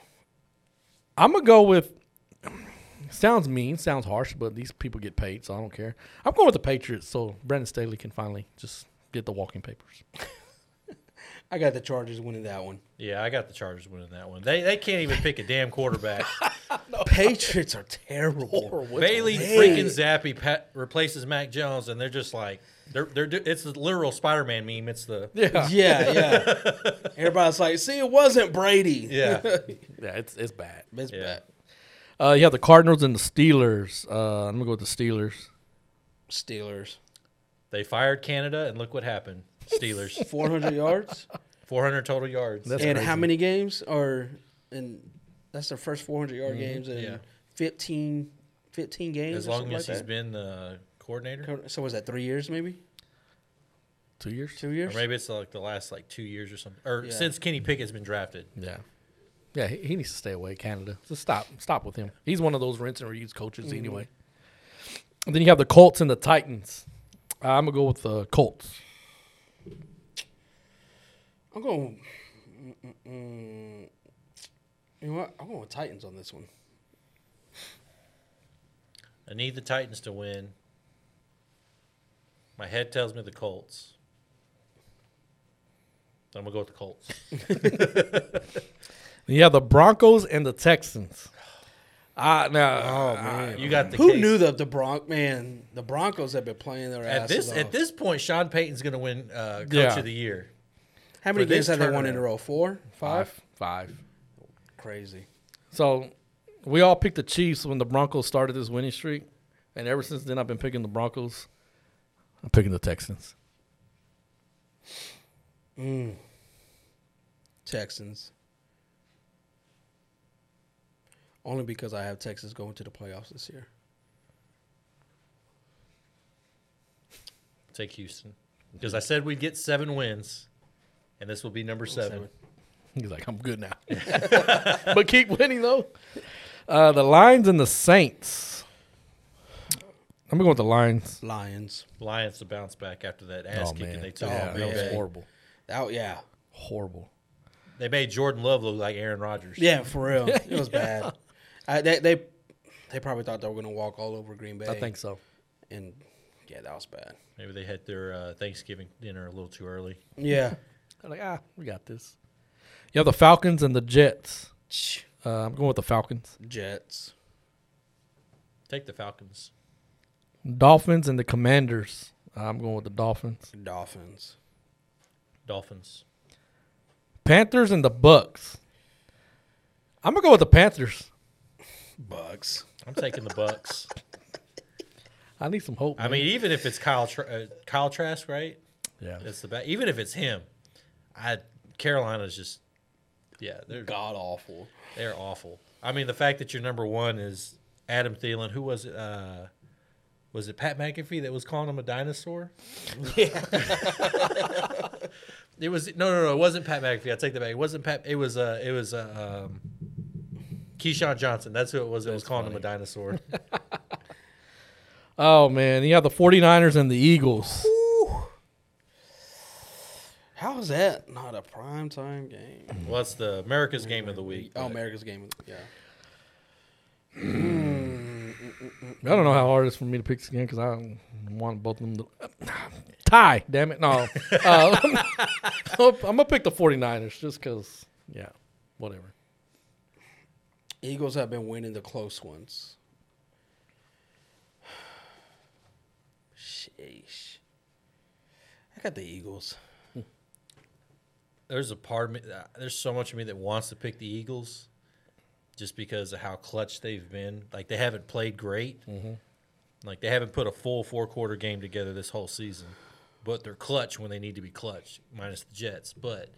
Speaker 3: I'm gonna go with. Sounds mean, sounds harsh, but these people get paid, so I don't care. I'm going with the Patriots, so Brandon Staley can finally just get the walking papers.
Speaker 4: I got the Chargers winning that one.
Speaker 5: Yeah, I got the Chargers winning that one. They they can't even pick a damn quarterback.
Speaker 4: Patriots are terrible.
Speaker 5: Bailey freaking Zappy pat, replaces Mac Jones, and they're just like they're they're do- it's the literal Spider Man meme. It's the
Speaker 3: Yeah,
Speaker 4: Yeah, yeah. Everybody's like, see, it wasn't Brady.
Speaker 5: yeah
Speaker 3: yeah, it's it's bad.
Speaker 4: It's
Speaker 5: Yeah.
Speaker 4: bad.
Speaker 3: Uh, you have the Cardinals and the Steelers. Uh, I'm gonna go with the Steelers.
Speaker 4: Steelers.
Speaker 5: they fired Canada, and look what happened. Steelers
Speaker 4: 400 yards?
Speaker 5: 400 total yards.
Speaker 3: That's
Speaker 4: and how
Speaker 3: crazy.
Speaker 4: many games are in that's their first 400 yard games in
Speaker 5: Mm-hmm. Yeah.
Speaker 4: 15, 15 games
Speaker 5: as
Speaker 4: or
Speaker 5: long
Speaker 4: something
Speaker 5: as
Speaker 4: like
Speaker 5: he's
Speaker 4: that?
Speaker 5: been the coordinator,
Speaker 4: so was that three years maybe
Speaker 3: Two years.
Speaker 4: two years
Speaker 5: or maybe it's like the last like two years or something, or
Speaker 4: Yeah.
Speaker 5: since Kenny Pickett's been drafted.
Speaker 3: Yeah, yeah. He, he needs to stay away, Canada. Just stop, stop with him. He's one of those rinse and reuse coaches anyway. And then you have the Colts and the Titans. Uh, I'm gonna go with the Colts.
Speaker 4: i'm going mm, mm, mm. you know what i'm going with titans on this one
Speaker 5: I need the Titans to win. My head tells me the Colts. I'm gonna go with the Colts.
Speaker 3: You have the Broncos and the Texans. Ah, now
Speaker 5: You got the
Speaker 4: who
Speaker 5: case.
Speaker 4: knew that the bronc man the broncos have been playing their
Speaker 5: At
Speaker 4: asses
Speaker 5: this
Speaker 4: off.
Speaker 5: at this point, Sean Payton's going to win uh, Coach
Speaker 3: Yeah.
Speaker 5: of the Year.
Speaker 4: how many
Speaker 5: for this
Speaker 4: games have they won in
Speaker 5: turnaround.
Speaker 4: a row four five
Speaker 3: Five.
Speaker 4: crazy
Speaker 3: So we all picked the Chiefs when the Broncos started this winning streak, and ever since then I've been picking the Broncos. I'm picking the Texans.
Speaker 4: texans only because i have texas going to the playoffs this year
Speaker 5: Take Houston because I said we'd get seven wins, and this will be number seven.
Speaker 3: He's like, I'm good now, but keep winning though. Uh, the Lions and the Saints. I'm going with the Lions.
Speaker 4: Lions.
Speaker 5: Lions to bounce back after that ass kicking they took.
Speaker 3: Oh, yeah,
Speaker 5: Yeah,
Speaker 3: that was
Speaker 4: man.
Speaker 3: horrible.
Speaker 4: Oh yeah,
Speaker 3: Horrible.
Speaker 5: They made Jordan Love look like Aaron Rodgers.
Speaker 4: yeah, for real. It was bad. I, they, they they probably thought they were gonna walk all over Green Bay.
Speaker 3: I think so.
Speaker 4: And yeah, that was bad.
Speaker 5: Maybe they had their uh, Thanksgiving dinner a little too early.
Speaker 4: Yeah.
Speaker 3: They're like, ah, we got this. You have the Falcons and the Jets. Uh, I'm going with the Falcons.
Speaker 4: Jets.
Speaker 5: Take the Falcons.
Speaker 3: Dolphins and the Commanders. I'm going with the Dolphins.
Speaker 4: Dolphins.
Speaker 5: Dolphins.
Speaker 3: Panthers and the Bucks. I'm gonna go with the Panthers.
Speaker 4: Bucks.
Speaker 5: I'm taking the Bucks.
Speaker 3: I need some hope.
Speaker 5: I mean, even if it's Kyle Tra- uh, Kyle Trask, right?
Speaker 3: yeah.
Speaker 5: It's the ba- even if it's him, I Carolina's just yeah they're
Speaker 4: God awful.
Speaker 5: they're awful. I mean, the fact that your number one is Adam Thielen. Who was it? Uh, was it Pat McAfee that was calling him a dinosaur? it was no, no, no. It wasn't Pat McAfee. I take that back. It wasn't Pat. It was uh, it was uh, um, Keyshawn Johnson. That's who it was. that was calling him a dinosaur.
Speaker 3: Oh man, you have the 49ers and the Eagles.
Speaker 4: How is that not a prime time game?
Speaker 5: well, that's the America's game of the week.
Speaker 4: Oh,
Speaker 5: but
Speaker 4: America's game. of- Yeah.
Speaker 3: I don't know how hard it is for me to pick this game because I don't want both of them to tie. Damn it, no. Uh, I'm gonna pick the 49ers just because. Yeah, whatever.
Speaker 4: Eagles have been winning the close ones. Sheesh. I got the Eagles.
Speaker 5: There's a part of me. uh, There's so much of me that wants to pick the Eagles, just because of how clutch they've been. Like they haven't played great. Like they haven't put a full four quarter game together this whole season, but they're clutch when they need to be clutch. Minus the Jets, but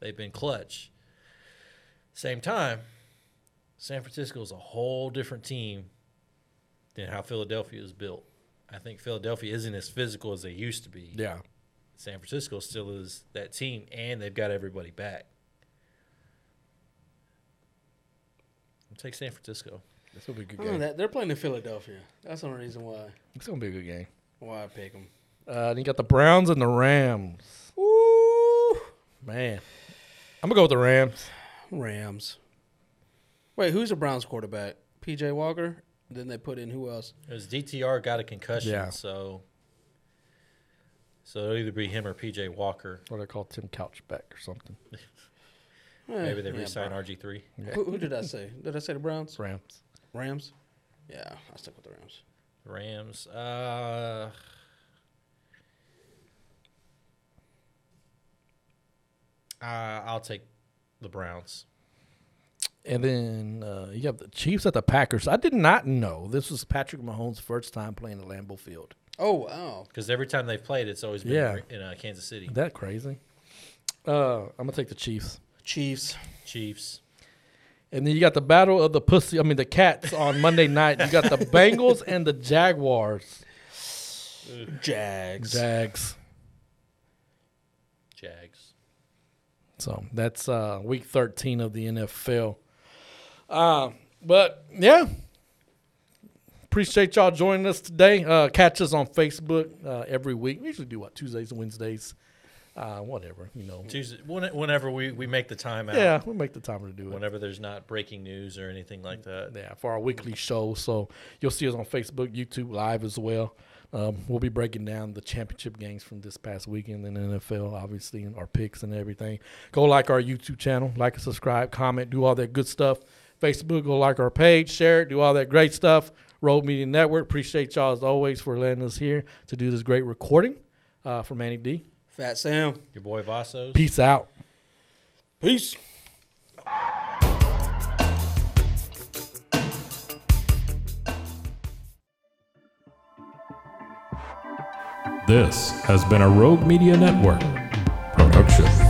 Speaker 5: they've been clutch. Same time, San Francisco is a whole different team than how Philadelphia is built. I think Philadelphia isn't as physical as they used to be.
Speaker 3: Yeah,
Speaker 5: San Francisco still is that team, and they've got everybody back. I'll take San Francisco.
Speaker 3: this will be a good
Speaker 4: I don't know that, they're playing in Philadelphia. That's the only reason why
Speaker 3: It's gonna be a good game.
Speaker 4: why I pick them.
Speaker 3: Uh, then you got the Browns and the Rams.
Speaker 4: Ooh,
Speaker 3: Man, I'm gonna go with the Rams.
Speaker 4: Rams. Wait, who's the Browns quarterback? P.J. Walker. Then they put in who else?
Speaker 5: As DTR got a concussion,
Speaker 3: Yeah.
Speaker 5: so so it'll either be him or PJ Walker.
Speaker 3: What do they call Tim Couchback or something?
Speaker 4: Eh,
Speaker 5: Maybe they
Speaker 4: yeah,
Speaker 5: resign
Speaker 4: Brown-
Speaker 5: RG three.
Speaker 4: Who, who did I say? Did I say the Browns?
Speaker 3: Rams.
Speaker 4: Rams. Yeah, I stuck with the Rams.
Speaker 5: Rams. Uh, uh, I'll take the Browns.
Speaker 3: And then uh, you have the Chiefs at the Packers. I did not know this was Patrick Mahomes' first time playing at Lambeau Field.
Speaker 4: Oh wow.
Speaker 5: Because every time they've played, it's always been
Speaker 3: Yeah.
Speaker 5: in uh, Kansas City.
Speaker 3: Isn't that crazy? Uh, I'm gonna take the Chiefs.
Speaker 4: Chiefs.
Speaker 5: Chiefs.
Speaker 3: And then you got the battle of the pussy. I mean the cats on Monday night. You got the Bengals and the Jaguars.
Speaker 4: Jags.
Speaker 3: Jags.
Speaker 5: Jags.
Speaker 3: So that's uh, week 13 of the NFL. Uh, but yeah, appreciate y'all joining us today. Uh, catch us on Facebook uh, every week. We usually do what Tuesdays and Wednesdays, uh, whatever you know.
Speaker 5: Tuesday, when- whenever we, we make the time out,
Speaker 3: Yeah, we make the time to do it.
Speaker 5: whenever there's not breaking news or anything like that.
Speaker 3: Yeah, for our weekly show. So you'll see us on Facebook, YouTube Live as well. Um, we'll be breaking down the championship games from this past weekend in the NFL, obviously, and our picks and everything. Go like our YouTube channel, like and subscribe, comment, do all that good stuff. Facebook, go like our page, share it, do all that great stuff. Road Media Network, appreciate y'all as always for letting us here to do this great recording. Uh, from Manny D,
Speaker 4: Fat Sam.
Speaker 5: Your boy Vasos.
Speaker 3: peace out.
Speaker 4: Peace.
Speaker 2: This has been a Rogue Media Network production.